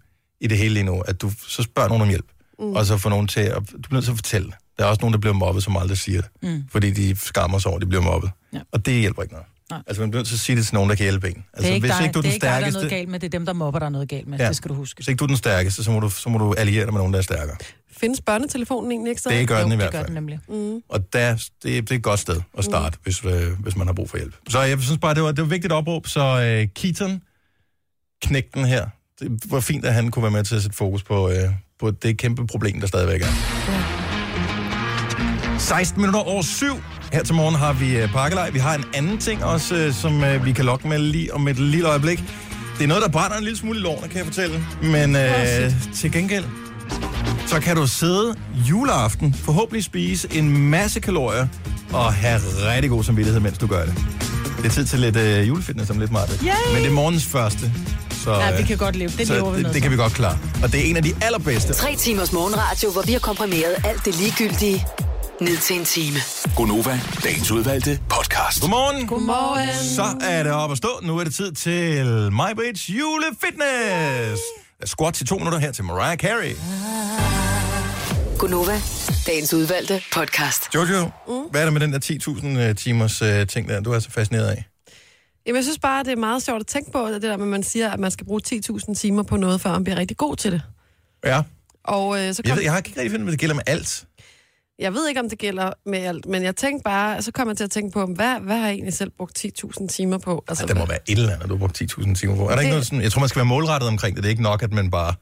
Speaker 1: i det hele lige nu, at du så spørger nogen om hjælp, mm. og så får nogen til at... Du bliver nødt til at fortælle. Der er også nogen, der bliver mobbet, som aldrig siger det, mm. fordi de skammer sig over, at de bliver mobbet.
Speaker 3: Ja.
Speaker 1: Og det hjælper ikke noget.
Speaker 3: Nej.
Speaker 1: Altså, man bliver nødt til at sige det til nogen, der kan hjælpe en.
Speaker 3: Det
Speaker 1: Altså,
Speaker 3: er ikke,
Speaker 1: hvis
Speaker 3: dig,
Speaker 1: ikke du er
Speaker 3: det
Speaker 1: den
Speaker 3: er ikke dig, der er
Speaker 1: stærkeste,
Speaker 3: noget galt med, det er dem, der mobber, der er noget galt med.
Speaker 1: Ja.
Speaker 3: Ja. Det skal du huske.
Speaker 1: hvis ikke du er den stærkeste, så må du, så må du alliere dig med nogen, der er stærkere.
Speaker 2: Findes børnetelefonen egentlig ikke så?
Speaker 1: Det gør
Speaker 3: Jo,
Speaker 1: den i
Speaker 3: det
Speaker 1: hvert
Speaker 3: gør
Speaker 1: fald.
Speaker 3: den nemlig.
Speaker 1: Og der, det, det er et godt sted at starte, mm. hvis, øh, hvis man har brug for hjælp. Så jeg synes bare, det var, det var et vigtigt opråb, så øh, Keaton, knægten her, det var fint, at han kunne være med til at sætte fokus på, øh, på det kæmpe problem, der stadigvæk er. 16 minutter over syv. Her til morgen har vi øh, pakkelej. Vi har en anden ting også, øh, som øh, vi kan lokke med lige om et lille øjeblik. Det er noget, der brænder en lille smule i lårene, kan jeg fortælle. Men øh, til gengæld, så kan du sidde juleaften, forhåbentlig spise en masse kalorier, og have rigtig god samvittighed, mens du gør det. Det er tid til lidt øh, julefitness om lidt, Martin. Men det er morgens første. Så,
Speaker 3: Ja, vi
Speaker 1: øh,
Speaker 3: kan godt leve. Det
Speaker 1: så
Speaker 3: lever vi
Speaker 1: det,
Speaker 3: med.
Speaker 1: det kan vi godt klare. Og det er en af de allerbedste.
Speaker 7: Tre timers morgenradio, hvor vi har komprimeret alt det ligegyldige ned til en time.
Speaker 6: Gonova, dagens udvalgte podcast.
Speaker 1: Godmorgen.
Speaker 2: Godmorgen.
Speaker 1: Så er det op at stå. Nu er det tid til MyBridge julefitness. Yay! Squat til to minutter her til Mariah Carey.
Speaker 7: Gunova, dagens udvalgte podcast.
Speaker 1: Jojo, mm. hvad er det med den der 10.000 øh, timers øh, ting der, du er så fascineret af?
Speaker 2: Jamen, jeg synes bare, det er meget sjovt at tænke på, det der med, at man siger, at man skal bruge 10.000 timer på noget, før man bliver rigtig god til det.
Speaker 1: Ja,
Speaker 2: Og øh, så kom...
Speaker 1: jeg, ved, jeg har ikke rigtig fundet, hvad det gælder med alt.
Speaker 2: Jeg ved ikke, om det gælder med alt, men jeg tænkte bare, så kom jeg til at tænke på, hvad, hvad har jeg egentlig selv brugt 10.000 timer på? Altså,
Speaker 1: Ja, der må være et eller andet, du har brugt 10.000 timer på. Er der ikke
Speaker 2: Det-
Speaker 1: noget sådan, jeg tror, man skal være målrettet omkring det. Det er ikke nok, at man bare...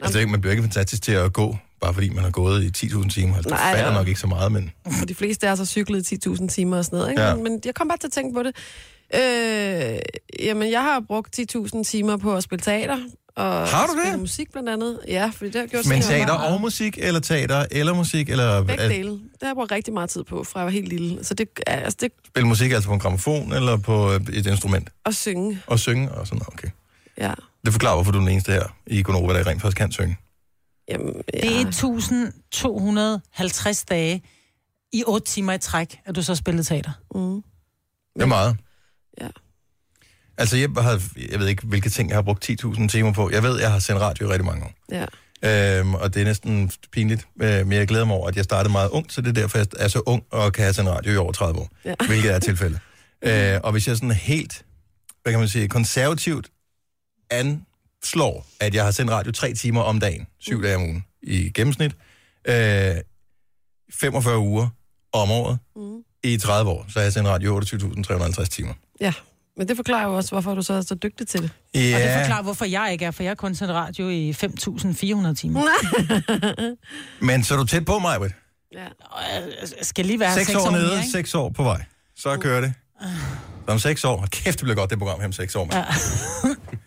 Speaker 1: Altså, det er ikke, man bliver ikke fantastisk til at gå, bare fordi man har gået i 10.000 timer. Altså, det
Speaker 2: Nej,
Speaker 1: er
Speaker 2: ja.
Speaker 1: nok ikke så meget, men...
Speaker 2: for de fleste er så cyklet i 10.000 timer og sådan noget. Ikke?
Speaker 1: Ja.
Speaker 2: Ja. Men, men jeg kom bare til at tænke på det. Øh, jamen, jeg har brugt 10.000 timer på at spille teater. Og
Speaker 1: Har du det?
Speaker 2: spille musik blandt andet. Ja, fordi det har jeg gjort
Speaker 1: Men
Speaker 2: sindssygt
Speaker 1: teater Øh.
Speaker 2: meget.
Speaker 1: og musik, eller teater eller musik, eller...
Speaker 2: Begge
Speaker 1: at-
Speaker 2: dele. Det har jeg brugt rigtig meget tid på, fra jeg var helt lille. Så det er altså, det,
Speaker 1: Spille musik altså på en gramofon, eller på øh, et instrument,
Speaker 2: at synge.
Speaker 1: og synge, og sådan noget, okay.
Speaker 2: Ja.
Speaker 1: Det forklarer, hvorfor du er den eneste her i Gonova, der rent faktisk kan synge.
Speaker 2: Jamen, ja.
Speaker 3: Det er 1.250 dage i 8 timer i træk, at du så spillede teater.
Speaker 2: Mm.
Speaker 1: Det er meget.
Speaker 2: Ja.
Speaker 1: Altså, jeg, har, jeg ved ikke, hvilke ting jeg har brugt 10.000 timer på. Jeg ved, jeg har sendt radio i rigtig mange år.
Speaker 2: Ja.
Speaker 1: Øhm, og det er næsten pinligt, øh, men jeg glæder mig over, at jeg startede meget ung, så det er derfor, jeg er så ung og kan have sendt radio i over 30 år,
Speaker 2: Ja.
Speaker 1: *laughs* hvilket er tilfældet. øh, og hvis jeg sådan helt, hvad kan man sige, konservativt anslår, at jeg har sendt radio tre timer om dagen, syv dage om ugen i gennemsnit, øh, 45 uger om året
Speaker 2: Mm.
Speaker 1: i 30 år, så har jeg sendt radio 28.350 timer.
Speaker 2: ja. Men det forklarer jo også, hvorfor du så er så dygtig til det.
Speaker 1: Ja,
Speaker 3: Og det forklarer, hvorfor jeg ikke er, for jeg har kun sendt radio i 5.400 timer.
Speaker 2: Mm.
Speaker 1: men så er du tæt på mig, Britt.
Speaker 2: Ja.
Speaker 3: Og jeg skal lige være 6,
Speaker 1: Seks år,
Speaker 3: år
Speaker 1: nede,
Speaker 3: mere, ikke? Uh.
Speaker 1: seks år på vej. Så kører det. Så om seks år. Hold Kæft, det bliver godt, det program her om seks år. Ja.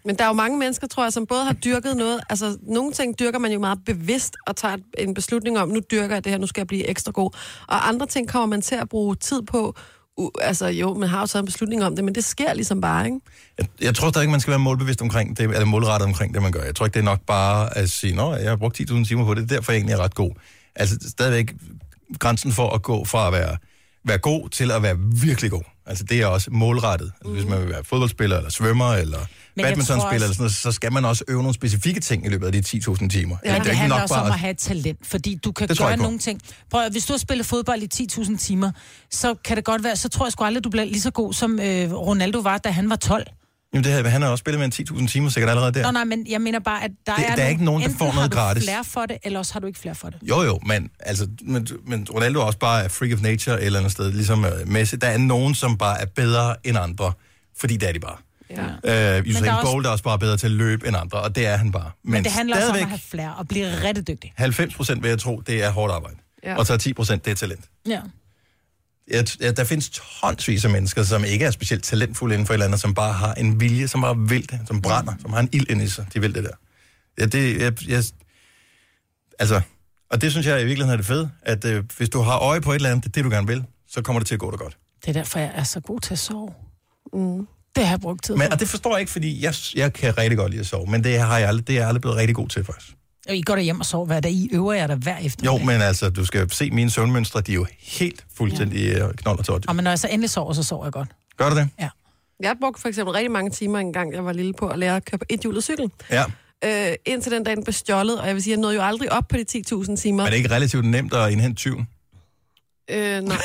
Speaker 2: Men der er jo mange mennesker, tror jeg, som både har dyrket noget. Altså, nogle ting dyrker man jo meget bevidst og tager en beslutning om, nu dyrker jeg det her, nu skal jeg blive ekstra god. Og andre ting kommer man til at bruge tid på. U- altså, jo, man har jo taget en beslutning om det, men det sker ligesom bare, ikke?
Speaker 1: Jeg, jeg tror stadig ikke, man skal være målbevidst omkring det, eller målrettet omkring det, man gør. Jeg tror ikke, det er nok bare at sige, nå, jeg har brugt 10.000 timer på det, derfor er jeg egentlig ret god. Altså, stadigvæk grænsen for at gå fra at være, være god til at være virkelig god. Altså, det er også målrettet. Altså, hvis man vil være fodboldspiller, eller svømmer, eller
Speaker 3: Mm. jeg tror
Speaker 1: badmintonspiller,
Speaker 3: også-
Speaker 1: eller sådan noget, så skal man også øve nogle specifikke ting i løbet af de 10.000 timer.
Speaker 3: Ja,
Speaker 1: Altså,
Speaker 3: men det,
Speaker 1: er
Speaker 3: det
Speaker 1: ikke
Speaker 3: handler
Speaker 1: nok
Speaker 3: også
Speaker 1: bare
Speaker 3: om
Speaker 1: at-
Speaker 3: at have et talent, fordi du kan
Speaker 1: Det tror jeg
Speaker 3: gøre
Speaker 1: ikke på.
Speaker 3: nogle ting. Prøv at, hvis du har spillet fodbold i 10.000 timer, så kan det godt være, så tror jeg sgu aldrig, du bliver lige så god, som øh, Ronaldo var, da han var 12.
Speaker 1: Jamen, det her, han har også spillet med en 10.000 timer sikkert allerede der.
Speaker 3: Nå nej, men jeg mener bare, at der,
Speaker 1: Det-
Speaker 3: er,
Speaker 1: der er ikke nogen, der
Speaker 3: enten
Speaker 1: får noget
Speaker 3: har du
Speaker 1: gratis.
Speaker 3: flere for det, eller også har du ikke flere for det.
Speaker 1: Jo, jo, men, altså, men, men Ronaldo er også bare er freak of nature et eller andet sted, ligesom øh, Messi. Der er nogen, som bare er bedre end andre, fordi det er de bare.
Speaker 2: Ja.
Speaker 1: Øh, Usain
Speaker 3: der er også-
Speaker 1: Bolt er også bare bedre til at løbe end andre, og det er han bare. Men,
Speaker 3: Men det handler også om
Speaker 1: stadigvæk,
Speaker 3: at have flere og blive rigtig dygtig.
Speaker 1: 90 procent vil jeg tro, det er hårdt arbejde. Ja.
Speaker 2: Ja.
Speaker 1: Og så er 10 procent, det er talent.
Speaker 3: Ja.
Speaker 1: Jeg, jeg, der findes tonsvis af mennesker, som ikke er specielt talentfulde inden for et eller andet, som bare har en vilje, som bare vil det, som brænder, som har en ild inde i sig. De vil det der. Ja, det, jeg, jeg, altså, og det synes jeg i virkeligheden er det fede, at øh, hvis du har øje på et eller andet, det er det, du gerne vil, så kommer det til at gå dig godt.
Speaker 3: Det er derfor, jeg er så god til at sove. Mm. Det har jeg brugt tid på.
Speaker 1: Men, og det forstår jeg ikke, fordi jeg, jeg kan rigtig godt lide at sove, men det, har jeg aldrig, det er jeg aldrig blevet rigtig god til, faktisk.
Speaker 3: Og I går hjem og sover hver dag. I øver jer der hver
Speaker 1: Jo,
Speaker 3: eftermiddag.
Speaker 1: men altså, du skal se mine søvnmønstre, de er jo helt fuldstændig ja. knold og tårt.
Speaker 3: Og men når jeg så endelig sover, så sover jeg godt.
Speaker 1: Gør du det?
Speaker 2: Jeg brugte for eksempel rigtig mange timer engang, jeg var lille på at lære at køre på et hjulet cykel.
Speaker 1: Ja.
Speaker 2: Øh, indtil den dag den blev stjålet, og jeg vil sige, jeg nåede jo aldrig op på de 10.000 timer.
Speaker 1: Men det er ikke relativt nemt at indhente tyven.
Speaker 2: Øh,
Speaker 1: *laughs*
Speaker 2: nej.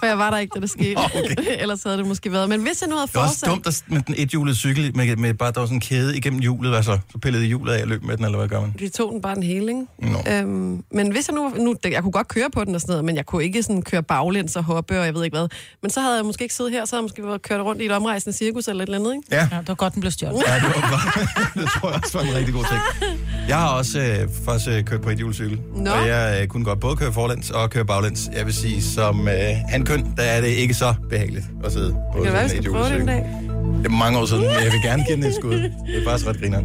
Speaker 2: For jeg var der ikke, da det skete. Okay. *laughs* Ellers havde det måske været. Men hvis jeg nu havde
Speaker 1: Det var også
Speaker 2: fortsat...
Speaker 1: dumt at, med den ethjulede cykel, med, med bare, der var sådan en kæde igennem hjulet, altså, så pillede de hjulet af og løb med den, eller hvad gør man?
Speaker 2: Vi tog den bare en hel, ikke?
Speaker 1: Nå.
Speaker 2: Øhm, men hvis jeg nu, nu... Jeg kunne godt køre på den og sådan noget, men jeg kunne ikke sådan køre baglæns og hoppe og jeg ved ikke hvad. Men så havde jeg måske ikke siddet her, så havde jeg måske været kørt rundt i et omrejsende cirkus eller et eller andet, ikke?
Speaker 1: Ja,
Speaker 3: Ja, det var godt, den blev stjålet.
Speaker 1: ja det, var bare, *laughs* det tror jeg også var en rigtig god ting. Jeg har også øh, faktisk øh, kørt på ethjulet cykel,
Speaker 2: Nå.
Speaker 1: og jeg øh, kunne godt både køre forlæns og køre baglæns. Jeg vil sige, som øh, handkøn, der er det ikke så behageligt at sidde på
Speaker 2: Det kan være,
Speaker 1: sådan en
Speaker 2: vi skal
Speaker 1: ethjulet
Speaker 2: prøve det en
Speaker 1: cykel.
Speaker 2: dag.
Speaker 1: Det er mange år siden, men jeg vil gerne give den et skud. Det er faktisk ret grineren.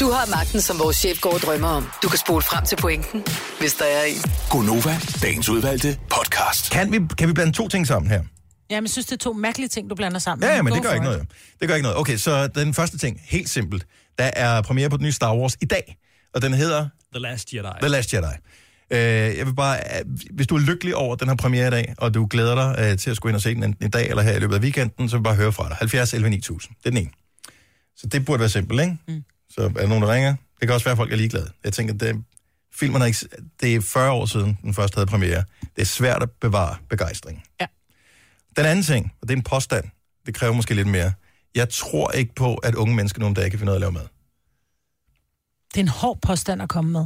Speaker 7: Du har magten, som vores chef går og drømmer om. Du kan spole frem til pointen, hvis der er en.
Speaker 6: Gonova, dagens udvalgte podcast.
Speaker 1: Kan vi, kan vi blande to ting sammen her?
Speaker 3: Ja, men jeg synes, det er to mærkelige ting, du blander sammen.
Speaker 1: Ja, ja, men
Speaker 3: Go
Speaker 1: det gør
Speaker 3: for
Speaker 1: ikke
Speaker 3: it.
Speaker 1: noget. jo. Det gør ikke noget. Okay, så den første ting, helt simpelt. Der er premiere på den nye Star Wars i dag, og den hedder
Speaker 8: The Last Jedi.
Speaker 1: The Last Jedi. Øh, jeg vil bare, øh, hvis du er lykkelig over den her premiere i dag, og du glæder dig øh, til at skulle ind og se den enten i dag eller her i løbet af weekenden, så vil jeg bare høre fra dig. 70 11 9000. Det er den ene. Så det burde være simpelt, ikke? Mm. Så er der nogen, der ringer? Det kan også være, at folk er ligeglade. Jeg tænker, det, filmen er ikke, det er 40 år siden, den første havde premiere. Det er svært at bevare begejstringen.
Speaker 3: Ja.
Speaker 1: Den anden ting, og det er en påstand, det kræver måske lidt mere. Jeg tror ikke på, at unge mennesker nu om dagen kan finde ud af at lave mad.
Speaker 3: Det er en hård påstand at komme med.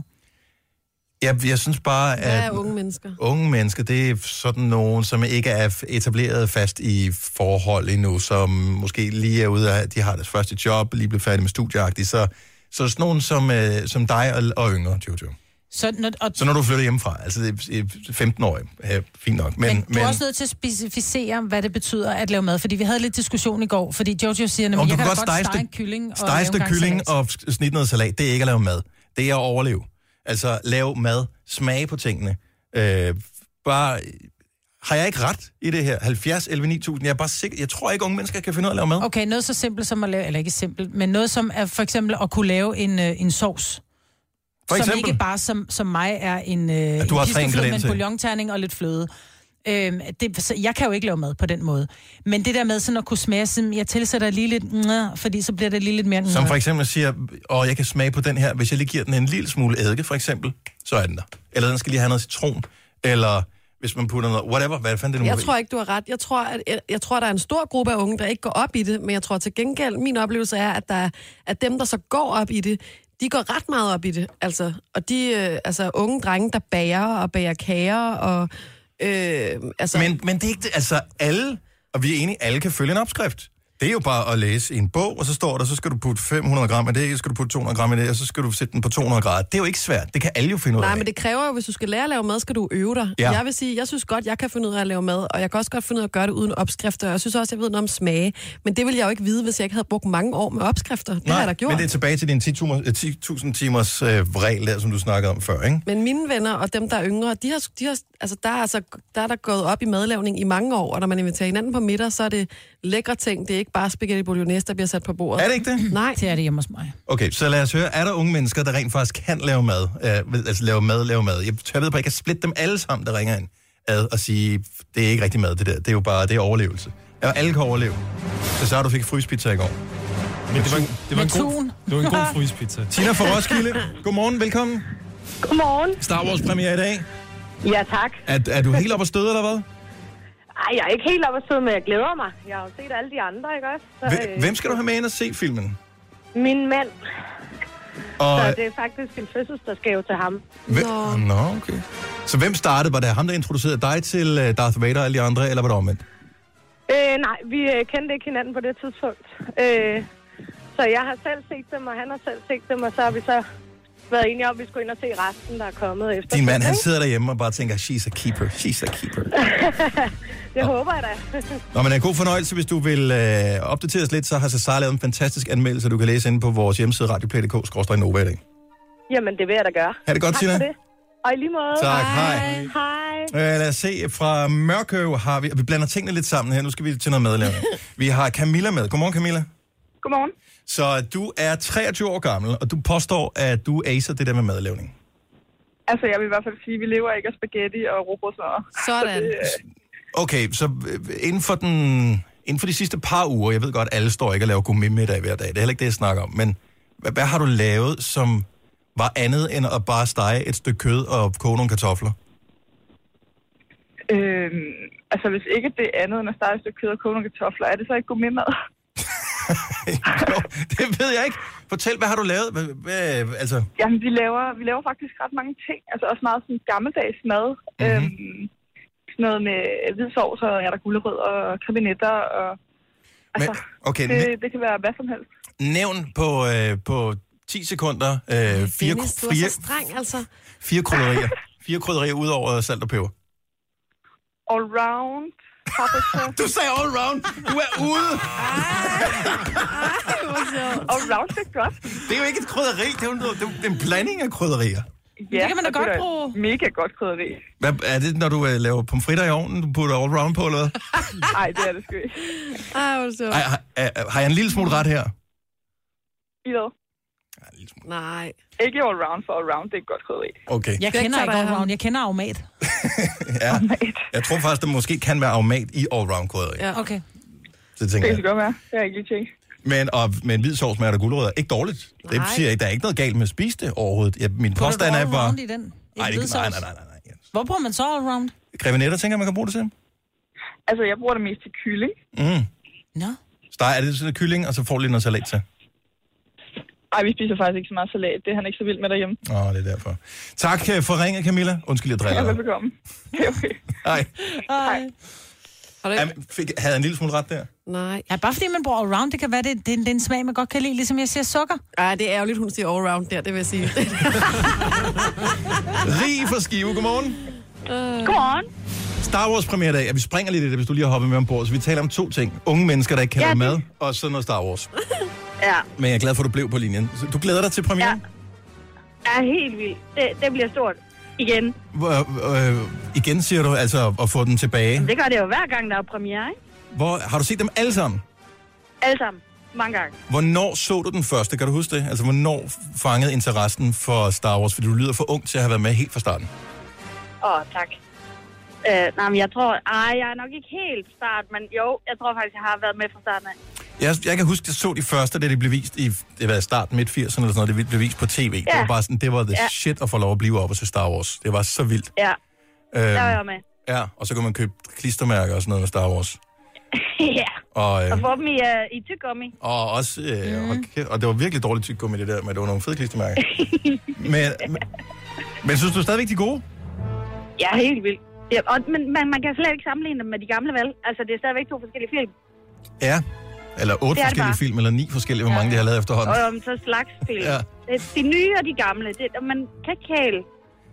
Speaker 1: Jeg, jeg synes bare,
Speaker 2: Hvad er
Speaker 1: at
Speaker 2: unge mennesker?
Speaker 1: unge mennesker, det er sådan nogen, som ikke er etableret fast i forhold endnu, som måske lige er ude af, de har deres første job, lige blevet færdige med studieagtigt, så, så sådan nogen som, øh, som dig og, og yngre, Jojo.
Speaker 3: Så, når, og,
Speaker 1: Så når du flytter hjemmefra, altså det er 15 år, ja, fint nok. Men,
Speaker 3: men, men, du er også nødt til at specificere, hvad det betyder at lave mad. Fordi vi havde lidt diskussion i går, fordi Jojo siger, at jeg
Speaker 1: Om
Speaker 3: kan
Speaker 1: du kan
Speaker 3: da godt
Speaker 1: godt stege
Speaker 3: stege en
Speaker 1: stykke-
Speaker 3: kylling og
Speaker 1: Stege
Speaker 3: lave en
Speaker 1: stykke
Speaker 3: gang
Speaker 1: kylling
Speaker 3: salat.
Speaker 1: og s- snit noget salat, det er ikke at lave mad. Det er at overleve. Altså, lav mad, smage på tingene. Øh, bare, har jeg ikke ret i det her? 70, 11, 9000, jeg er bare sikker, jeg tror ikke, unge mennesker kan finde ud af at lave mad. Okay.
Speaker 3: Okay, noget så simpelt som at lave, eller ikke simpelt, men noget som er for eksempel at kunne lave en, øh, en sovs.
Speaker 1: For
Speaker 3: Som
Speaker 1: eksempel?
Speaker 3: ikke bare som, som mig er en, øh, ja,
Speaker 1: du har tre
Speaker 3: med en
Speaker 1: ingredienser i.
Speaker 3: bouillonterning og lidt fløde. Øhm, det, så jeg kan jo ikke lave mad på den måde. Men det der med sådan at kunne smage, sådan, jeg tilsætter lige lidt, "Mwah", fordi så bliver det lige lidt mere... mm,
Speaker 1: Som for eksempel siger, og jeg kan smage på den her, hvis jeg lige giver den en lille smule eddike, for eksempel, så er den der. Eller den skal lige have noget citron, eller hvis man putter noget, whatever, hvad fanden det nu
Speaker 2: Jeg
Speaker 1: er.
Speaker 2: tror ikke, du har ret. Jeg tror, at, jeg, jeg tror, der er en stor gruppe af unge, der ikke går op i det, men jeg tror til gengæld, min oplevelse er, at, der, er- at dem, der så går op i det, de går ret meget op i det. Altså, og de øh, altså, unge drenge, der bager og bager kager og... Øh, altså,
Speaker 1: Men, men det er ikke det. Altså, alle, og vi er enige, alle kan følge en opskrift. Det er jo bare at læse i en bog, og så står der, så skal du putte 500 gram af det, så skal du putte 200 gram af det, og så skal du sætte den på 200 grader. Det er jo ikke svært. Det kan alle jo finde ud af.
Speaker 2: Nej, men det kræver jo, hvis du skal lære at lave mad, skal du øve dig.
Speaker 1: Ja.
Speaker 2: Ja. Jeg vil sige, jeg synes godt, jeg kan finde ud af at lave mad, og jeg kan også godt finde ud af at gøre det uden opskrifter. og Jeg synes også, jeg ved noget om smage. Men det ville jeg jo ikke vide, hvis jeg ikke havde brugt mange år med opskrifter. Det har jeg da gjort.
Speaker 1: men
Speaker 2: Men,
Speaker 1: det er tilbage til din 10.000 10.000 timers øh, regel, der, som du snakkede om før, ikke?
Speaker 2: men mine venner og dem, der er yngre, de har, de har, altså, der, er altså, der er der gået op i madlavning i mange år, og når man inviterer hinanden på middag, så er det lækre ting. Det er ikke bare spaghetti bolognese, der bliver sat på bordet.
Speaker 1: Er det ikke det?
Speaker 2: Nej,
Speaker 3: Det er det hjemme hos mig.
Speaker 1: Okay, så lad os høre, er der unge mennesker, der rent faktisk kan lave mad? Øh, vel, altså lave mad, lave mad. Jeg tør ved på, at jeg kan splitte dem alle sammen, der ringer ind ad og sige, det er ikke rigtig mad, det der. Det er jo bare, det er overlevelse. Ja, alle kan overleve. Så så du fik fryspizza i går.
Speaker 8: Men det var, en- det var en
Speaker 3: Med
Speaker 8: god,
Speaker 3: tun.
Speaker 8: det var en god fryspizza.
Speaker 1: Tina fra Roskilde, godmorgen, velkommen.
Speaker 9: Godmorgen.
Speaker 1: Star Wars premiere i dag.
Speaker 9: Ja, tak.
Speaker 1: Er, er du helt oppe at støde, eller hvad?
Speaker 9: Ej, jeg er ikke helt oppe at sidde, men jeg glæder mig. Jeg har jo set alle de andre, ikke også? Så, øh,
Speaker 1: Hvem- Hvem skal du have med ind og se filmen?
Speaker 9: Min mand. Så
Speaker 1: Og,
Speaker 9: det er faktisk en fødselsdagsgave til ham.
Speaker 1: hvem, Åh, nå, okay. Så hvem startede? Var det ham, der introducerede dig til øh, Darth Vader og alle de andre, eller var det omvendt?
Speaker 9: Øh, nej, vi øh, kendte ikke hinanden på det tidspunkt. Øh, så jeg har selv set dem, og han har selv set dem, og så har vi så været enige om, at vi skulle ind og se resten, der er kommet efter.
Speaker 1: Din mand, han sidder derhjemme og bare tænker, she's a keeper, she's a keeper.
Speaker 9: Det håber jeg da. *laughs*
Speaker 1: Nå, men en god fornøjelse. Hvis du vil øh, opdateres lidt, så har Cesar lavet en fantastisk anmeldelse, du kan læse inde på vores hjemmeside radioplay.dk-nova i dag.
Speaker 9: Jamen, det vil jeg da gøre.
Speaker 1: Ha' det godt,
Speaker 9: tak
Speaker 1: Tina.
Speaker 9: for det. Og i lige måde.
Speaker 1: Tak, hej. Øh,
Speaker 9: Hej.
Speaker 1: lad os se, fra Mørkøv har vi... Vi blander tingene lidt sammen her, nu skal vi til noget medlevning. Vi har Camilla med. Godmorgen, Camilla.
Speaker 9: Godmorgen.
Speaker 1: Så du er 23 år gammel, og du påstår, at du acer det der med madlavning.
Speaker 9: Altså, jeg vil i hvert fald sige, at vi lever ikke af spaghetti og robrødsmør.
Speaker 2: sådan.
Speaker 1: Okay, så øh, inden for, den, inden for de sidste par uger, jeg ved godt, alle står ikke og laver gourmetmiddag hver dag, det er heller ikke det, jeg snakker om, men hvad, hvad har du lavet, som var andet end at bare stege et stykke kød og koge nogle kartofler? *laughs*
Speaker 9: Øhm, altså, hvis ikke det er andet end at starte et stykke kød og koge nogle kartofler, er det så ikke god med mad?
Speaker 1: Jo, det ved jeg ikke. Fortæl, hvad har du lavet? Hvad, hvad, altså,
Speaker 9: *laughs* Jamen, vi laver, vi laver faktisk ret mange ting. Altså, også meget sådan gammeldags mad. Mm-hmm.
Speaker 3: Mhm.
Speaker 9: Øhm, sådan noget med hvid sovs og er der gulerød og kabinetter og... Altså,
Speaker 1: men, okay,
Speaker 9: det,
Speaker 1: næ-
Speaker 9: det kan være hvad som helst.
Speaker 1: nævn på, øh, på 10 sekunder øh, fire,
Speaker 2: Dennis, du er
Speaker 1: fire,
Speaker 2: så streng, altså.
Speaker 1: fire krydderier. Fire krydderier ud over salt og peber.
Speaker 9: All round, paprika.
Speaker 3: *laughs*
Speaker 1: Du sagde all round. Du er ude.
Speaker 9: All round det er godt.
Speaker 1: Det er jo ikke et krydderi. Det er jo noget- det er jo en blanding af krydderier.
Speaker 9: Ja,
Speaker 3: kan man da
Speaker 9: og er
Speaker 3: godt bruge.
Speaker 9: Mega godt krydderi.
Speaker 1: Hvad, er det, når du øh, laver pomfritter i ovnen, du putter all round på, eller hvad?
Speaker 9: Nej, det er det sgu ikke.
Speaker 2: Ej, hvor er det sjovt.
Speaker 1: Ej, har, er- har jeg en lille smule ret her?
Speaker 9: I ved.
Speaker 1: Ja, en lille smule.
Speaker 2: Nej.
Speaker 9: Ikke all round, for all round det er et godt krydderi.
Speaker 1: Okay.
Speaker 3: Jeg
Speaker 2: Den
Speaker 3: kender
Speaker 2: tager
Speaker 3: ikke
Speaker 2: dig af
Speaker 3: allround,
Speaker 2: ham.
Speaker 3: jeg kender aromat.
Speaker 1: Ja. Jeg tror faktisk, der måske kan være aromat i all round krydderi.
Speaker 2: Ja.
Speaker 3: Okay.
Speaker 1: Det
Speaker 9: *laughs* Det
Speaker 1: tænker
Speaker 9: kan
Speaker 1: jeg.
Speaker 9: det godt være. Det har jeg ikke lige tænkt.
Speaker 1: Men og med en hvid sovs med ærter og gulerødder, ikke dårligt. Det
Speaker 2: Nej.
Speaker 1: siger jeg ikke, der er ikke noget galt med at spise det overhovedet. Jeg, min
Speaker 3: Putter
Speaker 1: påstand
Speaker 3: du
Speaker 1: er bare...
Speaker 3: allround i den? I
Speaker 1: Nej, det,
Speaker 3: hvid
Speaker 1: ikke- nej, nej,
Speaker 3: sovs?
Speaker 1: nej, nej, nej. Ja.
Speaker 3: Hvor bruger man så allround?
Speaker 1: Grevenetter, tænker jeg, man kan bruge det til.
Speaker 9: Altså, jeg bruger det mest til kylling.
Speaker 1: Mm.
Speaker 3: Nå.
Speaker 1: Steg, er det sådan noget kylling, og så får du lige noget salat til.
Speaker 10: Nej, vi spiser faktisk ikke så meget salat. Det er han ikke så vild med derhjemme.
Speaker 1: Åh, oh, det er derfor. Tak øh, for ringet, Camilla. Undskyld, jeg driller.
Speaker 10: Ja,
Speaker 1: dig.
Speaker 3: *laughs*
Speaker 10: velbekomme. *laughs* Okay.
Speaker 1: Hej.
Speaker 3: Hej.
Speaker 1: Jamen, fik, havde jeg en lille smule ret der?
Speaker 2: Nej.
Speaker 3: Ja, bare fordi man bruger allround, det kan være, det, det, det er en smag, man godt kan lide, ligesom jeg siger sukker.
Speaker 2: Ej, det er jo lidt, hun siger allround der, det vil jeg sige.
Speaker 1: Rig for skive, godmorgen.
Speaker 10: Godmorgen.
Speaker 1: Star Wars premieredag, ja, vi springer lidt i det, hvis du lige har hoppet med ombord. Så vi taler om to ting. Unge mennesker, der ikke kan
Speaker 10: Ja,
Speaker 1: ja,
Speaker 10: det-
Speaker 1: mad, og sådan noget Star Wars.
Speaker 10: Ja,
Speaker 1: Men jeg er glad for, at du blev på linjen. Så du glæder dig til premieren?
Speaker 10: er helt vildt. Det, det bliver stort. Igen.
Speaker 1: Ja. Øh, igen siger du, altså at få den tilbage.
Speaker 10: Det gør det jo hver gang, der er premiere, ikke?
Speaker 1: Hvor, har du set dem alle sammen?
Speaker 10: Alle sammen. Mange gange.
Speaker 1: Hvornår så du den første? Kan du huske det? Altså, hvornår fangede interessen for Star Wars? Fordi du lyder for ung til at have været med helt fra starten.
Speaker 10: Åh, tak. Øh, nej, men jeg tror... Ej, jeg er nok ikke helt start, men jo, jeg tror faktisk, jeg har været med fra starten af.
Speaker 1: Jeg, jeg kan huske, jeg så de første, da de blev vist i det var start midt 80'erne eller sådan noget, det blev vist på tv. Det
Speaker 10: Ja.
Speaker 1: var bare sådan, det var the
Speaker 10: Ja.
Speaker 1: shit at få lov at blive op og se Star Wars. Det var så vildt.
Speaker 10: Ja, der var
Speaker 1: Øhm,
Speaker 10: jeg med.
Speaker 1: ja, og så kunne man købe klistermærker og sådan noget med Star Wars.
Speaker 10: *laughs* ja,
Speaker 1: Og,
Speaker 10: og Mm.
Speaker 1: øh,
Speaker 10: få dem i, øh, i tyggegummi.
Speaker 1: og også, øh, hold kæft, og det var virkelig dårligt tyk med det der, men det var nogle fede
Speaker 10: *laughs*
Speaker 1: klistermærker. men, men, men synes du stadigvæk, de er gode?
Speaker 10: Ja, helt vildt. Ja, og, men man, man kan slet ikke sammenligne dem med de gamle, vel? Altså, det er stadigvæk to forskellige film.
Speaker 1: Ja. Eller
Speaker 10: Det
Speaker 1: otte
Speaker 10: er det
Speaker 1: forskellige
Speaker 10: bare.
Speaker 1: film, eller ni forskellige, hvor mange de har lavet efterhånden.
Speaker 10: Og om så slags film.
Speaker 1: Ja.
Speaker 10: Ja. De nye og de gamle, det, og man kan ikke kæle.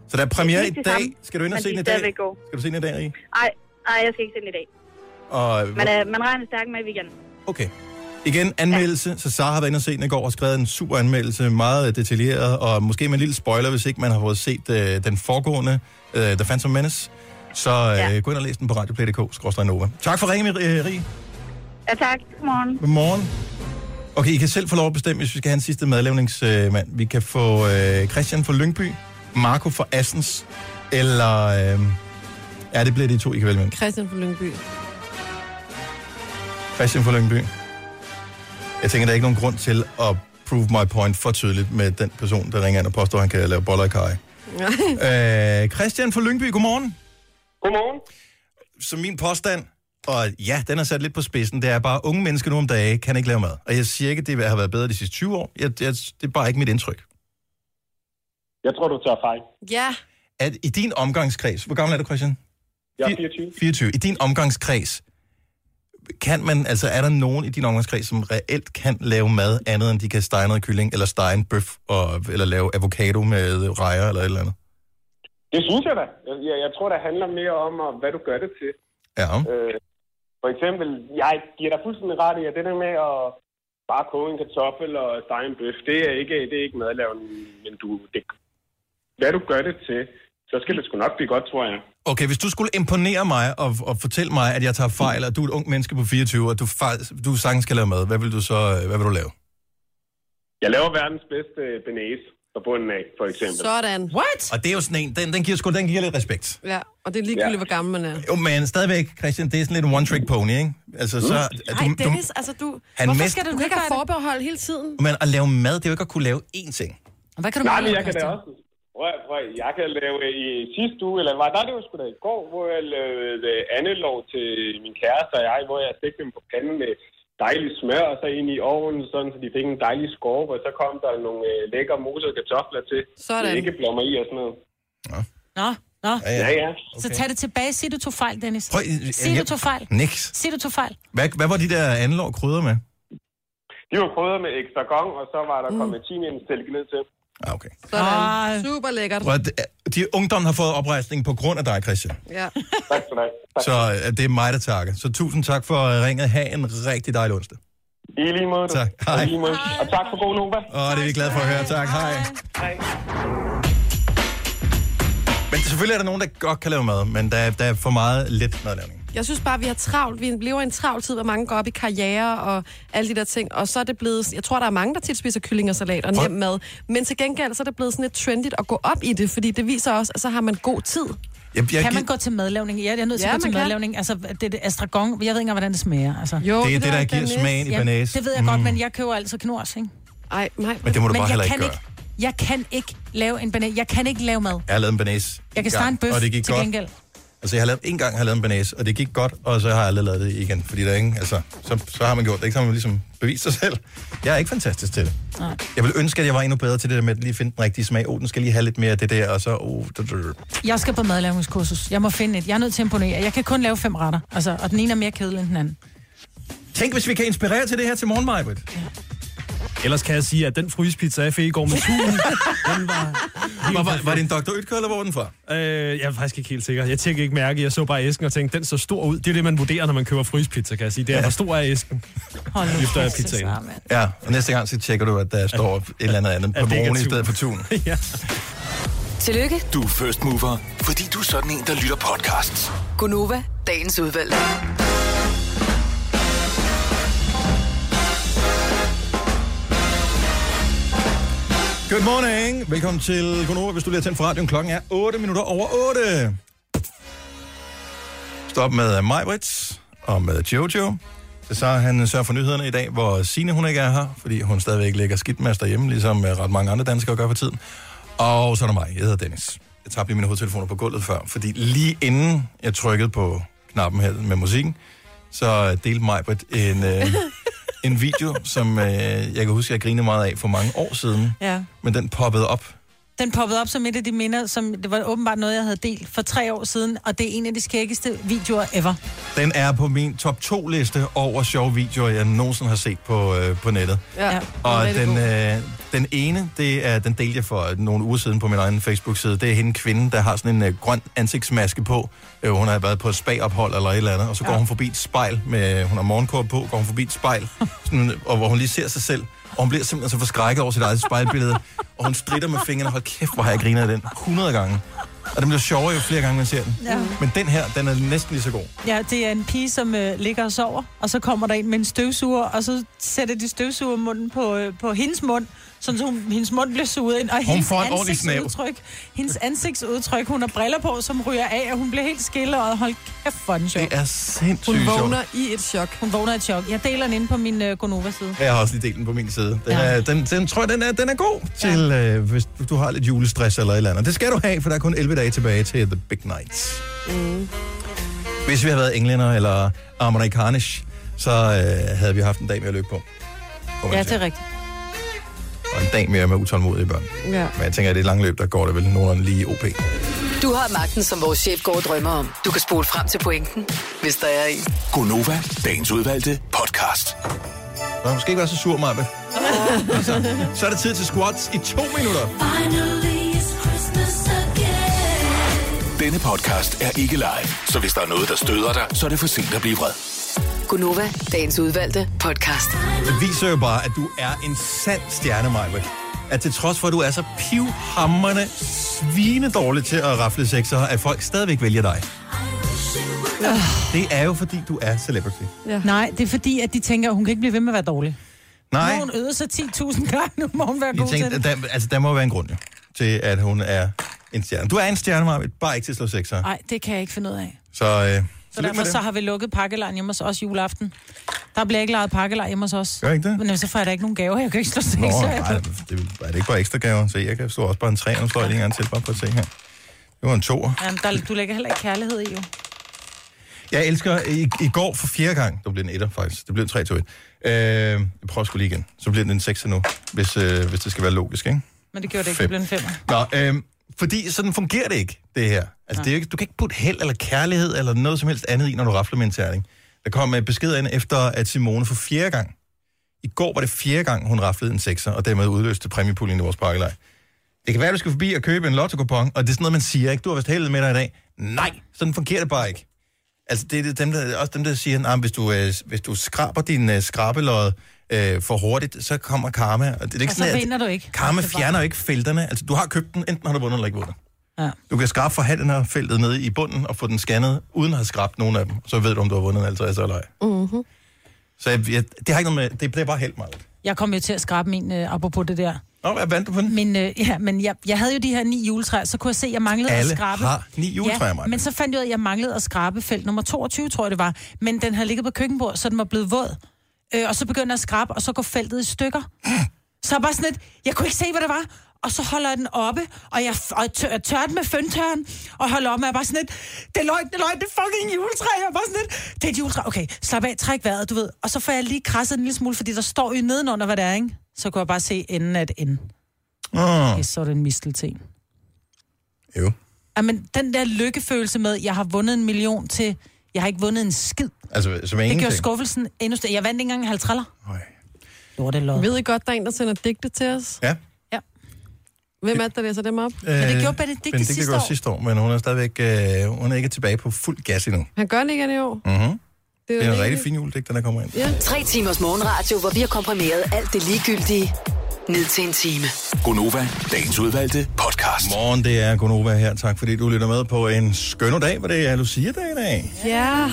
Speaker 1: Så der er premiere i
Speaker 10: det er ikke det
Speaker 1: dag.
Speaker 10: samme,
Speaker 1: Skal du ind og
Speaker 10: men
Speaker 1: se
Speaker 10: de
Speaker 1: den i
Speaker 10: er
Speaker 1: dag?
Speaker 10: stadigvæk gode.
Speaker 1: Skal du se den i dag, Rie?
Speaker 10: Nej, nej, jeg skal ikke se den i dag.
Speaker 1: Og,
Speaker 10: Men øh, man regner stærkt med i weekenden.
Speaker 1: Okay. Igen, anmeldelse. Ja. Så Sara har været inde og se den i går og skrevet en super anmeldelse, meget øh, detaljeret, og måske med en lille spoiler, hvis ikke man har fået set øh, den foregående, øh, The Phantom Menace. Så øh,
Speaker 10: Ja.
Speaker 1: gå ind og læs den på radioplay.dk-nova. Tak for ringen, øh, Rie.
Speaker 10: Ja, tak. Godmorgen.
Speaker 1: Godmorgen. Okay, I kan selv få lov at bestemme, hvis vi skal have en sidste madlavningsmand. Øh, mand. vi kan få øh, Christian fra Lyngby, Marco fra Assens, eller... Øh, ja, det bliver de to, I kan vælge mellem.
Speaker 2: Christian fra Lyngby.
Speaker 1: Christian fra Lyngby. Jeg tænker, der er ikke nogen grund til at prove my point for tydeligt med den person, der ringer ind og påstår, at han kan lave boller i kaj. øh, Christian fra Lyngby, godmorgen.
Speaker 11: Godmorgen.
Speaker 1: Så min påstand, og ja, den er sat lidt på spidsen, det er bare, unge mennesker nu om dage kan ikke lave mad. Og jeg siger ikke, at det har været bedre de sidste 20 år. Jeg, jeg, det er bare ikke mit indtryk.
Speaker 11: Jeg tror, du tager fejl.
Speaker 2: Ja.
Speaker 1: At i din omgangskreds, hvor gammel er du, Christian?
Speaker 11: Jeg er
Speaker 1: Fi-
Speaker 11: 24.
Speaker 1: 24. I din omgangskreds, kan man, altså er der nogen i din omgangskreds, som reelt kan lave mad andet, end de kan stege noget kylling, eller stege en bøf, og, eller lave avocado med rejer, eller et eller andet?
Speaker 11: Det synes jeg da. Jeg, jeg, jeg tror, det handler mere om, og hvad du gør det til.
Speaker 1: Ja.
Speaker 11: Øh, for eksempel, jeg giver dig fuldstændig ret i, at det der med at bare koge en kartoffel og stege en bøf, det er ikke, det er ikke madlavning, men du, det, hvad du gør det til, så skal det sgu nok blive godt, tror jeg.
Speaker 1: Okay, hvis du skulle imponere mig og, og fortælle mig, at jeg tager fejl, og du er et ung menneske på 24, og du, fej- du sagtens skal lave mad, hvad vil du så øh, hvad vil du lave?
Speaker 11: Jeg laver verdens bedste benæs på bunden af, for eksempel.
Speaker 2: Sådan.
Speaker 3: What?
Speaker 1: Og det er jo sådan en, den, den, giver, sgu, den giver lidt respekt.
Speaker 2: Ja, og det er ligegyldigt, hvor gammel man er.
Speaker 1: Jo, men stadigvæk, Christian, det er sådan lidt en one-trick pony, ikke? Altså, så... at
Speaker 2: Ej, Dennis, altså du...
Speaker 1: Han
Speaker 2: hvorfor
Speaker 1: mest-
Speaker 2: skal du
Speaker 3: Du kan
Speaker 2: ikke
Speaker 3: ikke
Speaker 2: have
Speaker 3: gøre
Speaker 2: forbehold hele tiden?
Speaker 1: Men at lave mad, det er jo ikke at kunne lave én ting.
Speaker 3: Og hvad kan du
Speaker 11: Nej,
Speaker 3: godt
Speaker 11: men
Speaker 3: lide,
Speaker 11: jeg kan da
Speaker 3: Christian?
Speaker 11: også. Prøv, at- prøv, at- jeg kan lave øh, i sidste uge, eller var nej, det var sgu da i går, hvor jeg lavede andelov til min kæreste og jeg, hvor jeg stegte dem på panden med dejlig smør, og så ind i ovnen, sådan, så de fik en dejlig skorpe, og så kom der nogle øh, lækre mosede kartofler til.
Speaker 2: Sådan.
Speaker 11: Det ikke blommer i og sådan noget.
Speaker 3: Nå, nå.
Speaker 11: Ja, ja.
Speaker 3: Så tag det tilbage. Sig, du tog fejl, Dennis.
Speaker 1: Prøv, øh,
Speaker 3: Sig, du tog fejl.
Speaker 1: Niks.
Speaker 3: Sig, du tog fejl.
Speaker 1: Hvad, hvad var de der anlov krydder med?
Speaker 11: De var krydret med ekstra gong, og så var der kommet chimiens stilke ned til.
Speaker 1: Ah, okay.
Speaker 3: Ej.
Speaker 2: Sådan. Super lækkert.
Speaker 1: Prøv, at- de ungdommen har fået oprejsning på grund af dig, Christian.
Speaker 2: Ja.
Speaker 11: Tak for dig. Tak.
Speaker 1: Så øh, det er mig, der takker. Så tusind tak for øh, ringet. Ha' en rigtig dejlig onsdag.
Speaker 11: I lige måde. du.
Speaker 1: Tak.
Speaker 11: Og
Speaker 1: Hej.
Speaker 11: i lige måde. Og tak for god Nova.
Speaker 1: Og det er vi glade for at høre. Tak. Hej.
Speaker 11: Hej.
Speaker 1: Men selvfølgelig er der nogen, der godt kan lave mad, men der, er- der er for meget let madlavning.
Speaker 2: Jeg synes bare, vi har travlt. Vi lever i en travl tid, hvor mange går op i karriere og alle de der ting. Og så er det blevet... Jeg tror, der er mange, der tit spiser kylling og salat og
Speaker 1: Prøv-
Speaker 2: nem mad. Men til gengæld, så er det blevet sådan lidt trendigt at gå op i det, fordi det viser også, at så har man god tid.
Speaker 1: Jeg, jeg,
Speaker 3: Kan man
Speaker 1: gi-
Speaker 3: gå til madlavning? Ja, jeg er nødt til
Speaker 2: Ja,
Speaker 3: at gå til
Speaker 2: man kan.
Speaker 3: madlavning. Altså, det, det astragon, jeg ved ikke engang, hvordan det smager. Altså.
Speaker 2: Jo,
Speaker 1: det er det, der giver smagen i banæs.
Speaker 3: det ved jeg mm. godt, men jeg køber altid knors, ikke?
Speaker 2: Ej, nej.
Speaker 1: Men det må du
Speaker 3: men
Speaker 1: bare heller ikke
Speaker 3: jeg kan
Speaker 1: gøre.
Speaker 3: ikke, jeg kan ikke lave en banan. Jeg kan ikke lave mad.
Speaker 1: Jeg har lavet en banæs.
Speaker 3: Jeg kan
Speaker 1: engang,
Speaker 3: starte en bøf
Speaker 1: og det gik
Speaker 3: til
Speaker 1: godt.
Speaker 3: gengæld.
Speaker 1: Altså, jeg har lavet, en gang har jeg lavet en banase, og det gik godt, og så har jeg aldrig lavet det igen. Fordi der er ingen, altså, så, så har man gjort det, ikke? Så har man ligesom bevist sig selv. Jeg er ikke fantastisk til det.
Speaker 3: Nej.
Speaker 1: Jeg vil ønske, at jeg var endnu bedre til det der med at lige finde den rigtige smag. Åh, oh, den skal lige have lidt mere af det der, og så... Oh, da, da, da.
Speaker 3: Jeg skal på madlavningskursus. Jeg må finde et. Jeg er nødt til at imponere. Jeg kan kun lave fem retter. Altså, og den ene er mere kedelig end den anden.
Speaker 1: Tænk, hvis vi kan inspirere til det her til morgen, Majbrit.
Speaker 8: Ellers kan jeg sige, at den frysepizza, jeg fik i går med turen, den var...
Speaker 1: Var, var, var det en Dr. Ytker, eller hvor var den fra?
Speaker 8: Øh, jeg er faktisk ikke helt sikker. Jeg tænkte ikke mærke, jeg så bare æsken og tænkte, den så stor ud. Det er det, man vurderer, når man køber frysepizza, kan jeg sige. Det er,
Speaker 1: Ja.
Speaker 8: hvor stor er æsken,
Speaker 3: Hold nu
Speaker 8: efter
Speaker 3: kæft,
Speaker 8: pizzaen.
Speaker 3: så snart,
Speaker 1: Ja, og næste gang så tjekker du, at der står et eller andet andet
Speaker 8: At
Speaker 1: på
Speaker 8: det ikke er
Speaker 1: morgen i
Speaker 8: tun.
Speaker 1: stedet for *laughs* tun.
Speaker 8: ja.
Speaker 7: Tillykke,
Speaker 6: Du er first mover, fordi du er sådan en, der lytter podcasts.
Speaker 7: Gunova, dagens udvalgte.
Speaker 1: Good morning. Velkommen til Gonova. Hvis du lige har tændt for radioen, klokken er 8 minutter over 8. Stop med Majbrits og med Jojo. Så så han sørger for nyhederne i dag, hvor Signe hun ikke er her, fordi hun stadigvæk ligger skidtmaster hjemme, ligesom øh, ret mange andre danskere gør for tiden. Og så er der mig. Jeg hedder Dennis. Jeg tabte lige mine hovedtelefoner på gulvet før, fordi lige inden jeg trykkede på knappen her med musikken, så øh, delte Majbrit en, øh, en video, som øh, jeg kan huske, jeg grinede meget af for mange år siden
Speaker 3: Ja.
Speaker 1: men den poppede op.
Speaker 3: Den poppede op som et af de minder, som det var åbenbart noget, jeg havde delt for tre år siden, og det er en af de skæggeste videoer ever.
Speaker 1: Den er på min top 2-liste over sjove videoer, jeg nogensinde har set på, øh, på nettet.
Speaker 3: Ja.
Speaker 1: Og den, øh, den ene, det er, den delte jeg for nogle uger siden på min egen Facebook-side. Det er hende kvinde, der har sådan en øh, grøn ansigtsmaske på. Øh, hun har været på et spa-ophold eller et eller andet, og så går
Speaker 6: Ja.
Speaker 1: hun forbi et spejl. Med, øh, hun har morgenkåb på, går hun forbi et spejl, sådan, øh, og hvor hun lige ser sig selv. Og hun bliver simpelthen så forskrækket over sit eget spejlbillede. Og hun strider med fingrene. Hold kæft, hvor har jeg grinet af den. 100 gange. Og den bliver sjovere, jo flere gange man ser den.
Speaker 3: Ja.
Speaker 1: Men den her, den er næsten lige så god.
Speaker 3: Ja, det er en pige, som øh, ligger og sover, og så kommer der en med en støvsuger, og så sætter de støvsugermunden på, øh, på hendes mund, sådan så hun, hendes mund bliver suget ind, og
Speaker 1: Hun
Speaker 3: hendes,
Speaker 1: får en ordentlig snæv.
Speaker 3: ansigtsudtryk, hendes ansigtsudtryk, hun har briller på, som ryger af, og hun bliver helt skille, og hold kæft for den sjov.
Speaker 1: Det er sindssygt
Speaker 3: Hun
Speaker 1: sjovt.
Speaker 3: vågner i et chok. Hun vågner i et chok. Jeg deler den inde på min øh, Gonova-side.
Speaker 1: Jeg har også lige delt den på min side. Den, ja. er, den, den tror jeg, den er, den er god til, øh, hvis du- du har lidt julestress eller et eller andet. Det skal du have, for der er kun 11 dage tilbage til The Big Night.
Speaker 5: Mm.
Speaker 1: Hvis vi havde været englænder eller amerikanisk, så øh, havde vi haft en dag mere at løbe på. Får man
Speaker 3: Ja,
Speaker 1: sige.
Speaker 3: det er rigtigt.
Speaker 1: Og en dag mere med utålmodige børn.
Speaker 7: Ja.
Speaker 1: Men jeg tænker, at i det lange løb, der går det vel nogenlunde lige OP.
Speaker 7: Du har magten, som vores chef går og drømmer om. Du kan spole frem til pointen, hvis der er en.
Speaker 6: Gonova, dagens udvalgte podcast.
Speaker 1: Nå, måske ikke være så sur, Marbe. altså, så er det tid til squats i to minutter.
Speaker 6: Denne podcast er ikke live, så hvis der er noget, der støder dig, så er det for sent at blive vred.
Speaker 7: Gunova, dagens udvalgte podcast.
Speaker 1: Det viser jo bare, at du er en sand stjerne, Majbert. At til trods for, at du er så pivhammerne svinedårlig til at rafle sekser, at folk stadigvæk vælger dig. Det er jo, fordi du er celebrity.
Speaker 3: Ja. Nej, det er fordi, at de tænker, at hun kan ikke blive ved med at være dårlig.
Speaker 1: Nej.
Speaker 3: Nu har hun øvet sig 10.000 gange, nu må hun være
Speaker 1: Jeg
Speaker 3: god
Speaker 1: tænkte,
Speaker 3: til
Speaker 1: at der, altså, der må være en grund jo, til, at hun er en stjerne. Du er en stjerne, Majbert, bare ikke til at slå sekser.
Speaker 3: Nej, det kan jeg ikke finde ud af.
Speaker 1: Så, øh,
Speaker 3: Så
Speaker 1: tillykke
Speaker 3: derfor
Speaker 1: med det.
Speaker 3: så har vi lukket pakkelejren hjemme hos os juleaften. Der bliver ikke lejet pakkelejr hjemme hos os.
Speaker 1: Gør ikke det?
Speaker 3: Men så får jeg da ikke nogen gaver. Jeg kan ikke slå seks.
Speaker 1: Nå,
Speaker 3: så jeg
Speaker 1: nej,
Speaker 3: kan-
Speaker 1: det, er det ikke bare ekstra gaver? Så jeg kan stå også bare en træ, og nu står jeg lige en gang til bare på at se her. Det var en toer.
Speaker 3: Jamen, der, du lægger heller ikke kærlighed i, jo.
Speaker 1: Jeg elsker, i, i går for fjerde gang, det blev en etter faktisk, det blev en 3 2 1. Øh, jeg prøver sgu lige igen, så bliver den en 6 nu, hvis, øh, hvis det skal være logisk, ikke?
Speaker 3: Men det gjorde det ikke.
Speaker 1: Fem.
Speaker 3: Det blev en femmer.
Speaker 1: Nå, øh, fordi sådan fungerer det ikke, det her. Altså, det er jo ikke, du kan ikke putte held eller kærlighed eller noget som helst andet i, når du rafler med en terning. Der kom et besked ind efter, at Simone for fjerde gang, i går var det fjerde gang, hun raflede en 6'er, og dermed udløste præmiepuljen i vores pakkelej. Det kan være, du skal forbi og købe en lottokupon, og det er sådan noget, man siger, ikke? Du har vist heldet med dig i dag. Nej, sådan fungerer det bare ikke. Altså, det er det dem, der, også dem, der siger, at hvis du, øh, hvis du skraber din øh, skrabelod øh, for hurtigt, så kommer karma. Og det er ikke
Speaker 3: Og så
Speaker 1: sådan, at-
Speaker 3: vinder du ikke.
Speaker 1: Karma
Speaker 3: Det er bare-
Speaker 1: fjerner jo ikke felterne. Altså, du har købt den, enten har du vundet eller ikke vundet.
Speaker 3: Ja.
Speaker 1: Du kan skrabe for halvdelen af feltet nede i bunden og få den scannet, uden at have skrabt nogen af dem. Så ved du, om du har vundet en 50 eller ej.
Speaker 3: Mm-hmm.
Speaker 1: Så jeg, jeg, det har ikke noget med... Det, det er bare held, meget.
Speaker 3: Jeg kom jo til at skrabe min, øh, apropos det der.
Speaker 1: Nå, hvad vandt du på den?
Speaker 3: Men, øh, ja, men jeg, jeg havde jo de her ni juletræer, så kunne jeg se, at jeg manglede
Speaker 1: Alle
Speaker 3: at skrabe.
Speaker 1: har ni juletræer,
Speaker 3: ja,
Speaker 1: Maja.
Speaker 3: men så fandt jeg ud af, at jeg manglede at skrabe felt nummer 22, tror jeg det var. Men den havde ligget på køkkenbordet, så den var blevet våd. Øh, og så begyndte jeg at skrabe, og så går feltet i stykker. Så jeg bare sådan lidt, jeg kunne ikke se, hvad det var. og så holder jeg den oppe, og jeg, f- og jeg tør, jeg tør den med føntøren, og holder op med, jeg er bare sådan lidt, det er løgn, det er løgn, det er fucking juletræ, jeg er bare sådan lidt, det er et juletræ, okay, slap af, træk vejret, du ved, og så får jeg lige krasset en lille smule, fordi der står jo nedenunder, hvad der er, ikke? Så kunne jeg bare se enden af et ende.
Speaker 1: Ah.
Speaker 3: Okay, så er det en mistelten.
Speaker 1: Jo.
Speaker 3: Jamen, den der lykkefølelse med, jeg har vundet en million til, jeg har ikke vundet en skid.
Speaker 1: Altså, som
Speaker 3: det
Speaker 1: ingenting.
Speaker 3: gjorde skuffelsen endnu større. Jeg vandt ikke engang en halvtræller. Lortelod.
Speaker 2: Ved I godt, der er en, der sender digte til os?
Speaker 1: Ja. øh,
Speaker 3: Ja.
Speaker 2: Hvem er det, der læser dem op?
Speaker 1: Benedikte gjorde sidste år, men hun er stadigvæk øh, hun er ikke tilbage på fuld gas endnu.
Speaker 2: Han gør det igen i år.
Speaker 1: Mm-hmm.
Speaker 2: jo
Speaker 1: Det er en
Speaker 2: rigtigt.
Speaker 1: rigtig fin juledigt, den der kommer ind.
Speaker 7: Ja. Tre timers morgenradio, hvor vi har komprimeret alt det ligegyldige ned til en time.
Speaker 6: Gonova, dagens udvalgte podcast.
Speaker 1: Morgen, det er Gunova her. Tak fordi du lytter med på en skønne dag, hvor det er Lucia-dag i dag.
Speaker 2: Ja.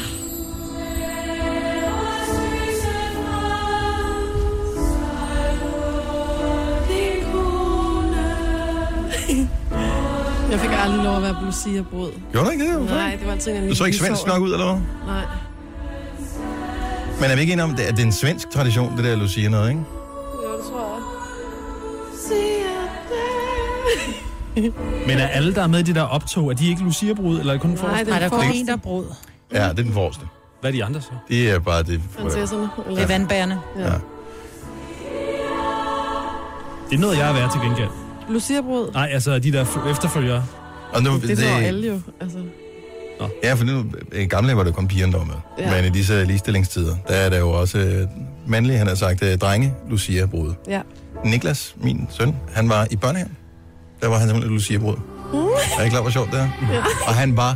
Speaker 2: Jeg fik aldrig lov at være på Lucia-brød.
Speaker 1: Gjorde du ikke det? Hvorfor?
Speaker 2: Nej, det var altid en
Speaker 1: Du så ikke svensk nok ud, eller hvad?
Speaker 2: Nej.
Speaker 1: Men er vi ikke enige om, at det er en svensk tradition, det der Lucia noget, ikke?
Speaker 2: Jo, det tror jeg. Lucia-dag.
Speaker 8: Men er alle, der er med i det der optog, er de ikke Lucia-brud, eller er det kun for
Speaker 2: Nej, det er
Speaker 3: der
Speaker 2: for
Speaker 3: kun
Speaker 2: en,
Speaker 3: en, der brød.
Speaker 1: Ja, det er den forreste.
Speaker 8: Hvad er de andre så?
Speaker 1: Det er bare det.
Speaker 2: Prinsesserne.
Speaker 3: Det er vandbærerne.
Speaker 2: Ja.
Speaker 8: Det er noget, jeg er værd til gengæld.
Speaker 2: Lucia-brød.
Speaker 8: Nej, altså de der f- efterfølgere.
Speaker 1: Og nu,
Speaker 2: Det tror alle jo. Altså.
Speaker 1: Ja, for nu, i gamle dage var det jo kun pigerne, der var med.
Speaker 2: Ja.
Speaker 1: Ja. Men i disse ligestillingstider, der er der jo også øh, mandlige, han har sagt, øh, drenge, Lucia brud.
Speaker 2: Ja.
Speaker 1: Niklas, min søn, han var i børnehaven. Der var han simpelthen Lucia brud. Er I klar, hvor sjovt det er?
Speaker 2: Ja.
Speaker 1: Og han var...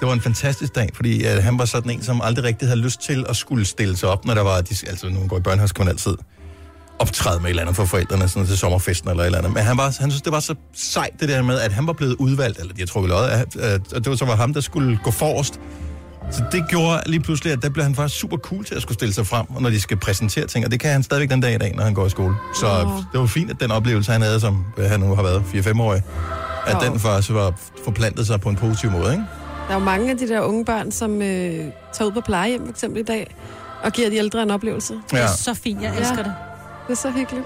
Speaker 1: Det var en fantastisk dag, fordi øh, han var sådan en, som aldrig rigtig havde lyst til at skulle stille sig op, når der var... De, altså, når man går i børnehave, så kan man altid optræde med et eller andet for forældrene sådan til sommerfesten eller et eller andet. Men han, var, han synes, det var så sejt det der med, at han var blevet udvalgt, eller de har trukket løjet, at, at, at øh, det var, så var ham, der skulle gå forrest. Så det gjorde lige pludselig, at der blev han faktisk super cool til at skulle stille sig frem, og når de skal præsentere ting, og det kan han stadigvæk den dag i dag, når han går i skole. Så
Speaker 6: Åh.
Speaker 1: det var fint, at den oplevelse, han havde, som øh, han nu har været 4-5-årig, at
Speaker 2: Åh.
Speaker 1: den faktisk var forplantet sig på en positiv måde, ikke?
Speaker 2: Der er jo mange af de der unge børn, som øh, tager ud på plejehjem for eksempel i dag, og giver de ældre en oplevelse.
Speaker 1: Det er Ja. så
Speaker 3: fint,
Speaker 2: jeg
Speaker 3: elsker det.
Speaker 2: Det er så hyggeligt.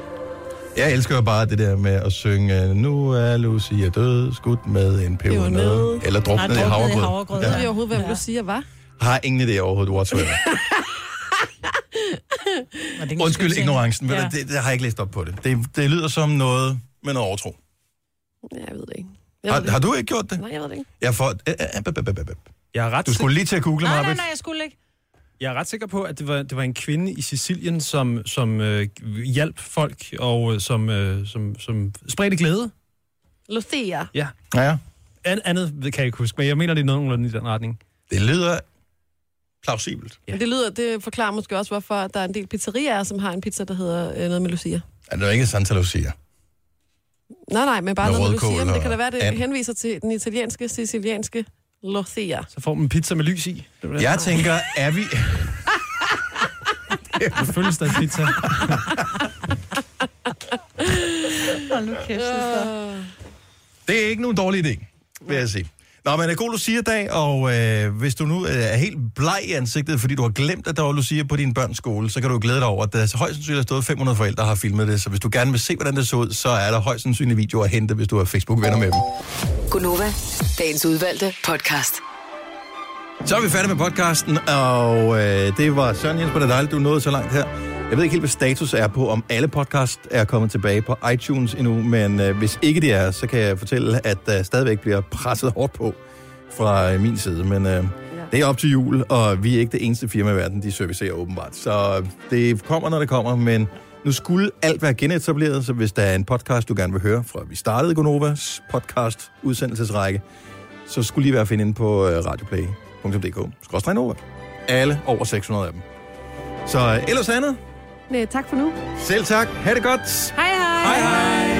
Speaker 1: Jeg elsker jo bare det der med at synge, nu er Lucia død, skudt med en peber ned, eller druknet i havregrød.
Speaker 2: Ja. Ved vi overhovedet, hvad ja. Lucia var?
Speaker 1: Har ingen idé overhovedet whatsoever. Undskyld ignorancen, ja.
Speaker 2: Ja.
Speaker 1: det, det har jeg ikke læst op på det. det. Det lyder som noget med noget overtro.
Speaker 2: Jeg ved det ikke. Jeg ved
Speaker 1: Har,
Speaker 2: det
Speaker 1: har du ikke gjort det?
Speaker 2: Nej, jeg ved det ikke.
Speaker 1: Jeg, får, øh, øh, bap, bap, bap, bap.
Speaker 8: Jeg er ret
Speaker 1: Du skulle
Speaker 8: sik-
Speaker 1: lige til at google mig,
Speaker 3: Nej, nej, nej, jeg skulle ikke.
Speaker 8: Jeg er ret sikker på, at det var, det var en kvinde i Sicilien, som, som øh, hjalp folk, og øh, som, øh, som, som spredte glæde.
Speaker 2: Lucia.
Speaker 8: Ja.
Speaker 1: Ja.
Speaker 8: An, andet ved- kan jeg ikke huske, men jeg mener, det er nogenlunde i den retning.
Speaker 1: Det lyder plausibelt.
Speaker 2: Men det, lyder, det forklarer måske også, hvorfor der er en del pizzerier, som har en pizza, der hedder øh, noget med Lucia.
Speaker 1: Er det jo ikke Santa Lucia?
Speaker 2: Nej, nej, men bare
Speaker 1: Med
Speaker 2: noget med
Speaker 1: rødkål
Speaker 2: Lucia. Men det
Speaker 1: og
Speaker 2: kan da være, det
Speaker 1: and.
Speaker 2: henviser til den italienske, sicilianske Lucia.
Speaker 8: Så får man en pizza med lys i. Det var det.
Speaker 1: Jeg tænker, er vi...
Speaker 8: Det føles da pizza.
Speaker 3: Hold nu kæft,
Speaker 1: Det er ikke nogen dårlig idé, vil jeg sige. Nå, men er god Lucia-dag, og øh, hvis du nu øh, er helt bleg i ansigtet, fordi du har glemt, at der var Lucia på din børns skole, så kan du glæde dig over, at der højst sandsynligt har stået 500 forældre, der har filmet det. Så hvis du gerne vil se, hvordan det så ud, så er der højst sandsynligt videoer at hente, hvis du er Facebook-venner med dem.
Speaker 7: Gunova, dagens udvalgte podcast.
Speaker 1: Så er vi færdige med podcasten, og øh, det var Søren Jens, det er dejligt, du nåede så langt her. Jeg ved ikke helt, hvad status er på, om alle podcast er kommet tilbage på iTunes endnu, men øh, hvis ikke det er, så kan jeg fortælle, at der stadigvæk bliver presset hårdt på fra øh, min side, men øh, det er op til jul, og vi er ikke det eneste firma i verden, de servicerer åbenbart. Så det kommer, når det kommer, men nu skulle alt være genetableret, så hvis der er en podcast, du gerne vil høre fra, vi startede Gonovas podcast udsendelsesrække, så skulle lige være at finde inde på øh, radioplay.dk. Skråstrej over. Alle over 600 af dem. Så øh, ellers andet.
Speaker 2: Nej, tak for nu.
Speaker 1: Selv tak. Ha' det godt.
Speaker 3: Hej hej. hej, hej.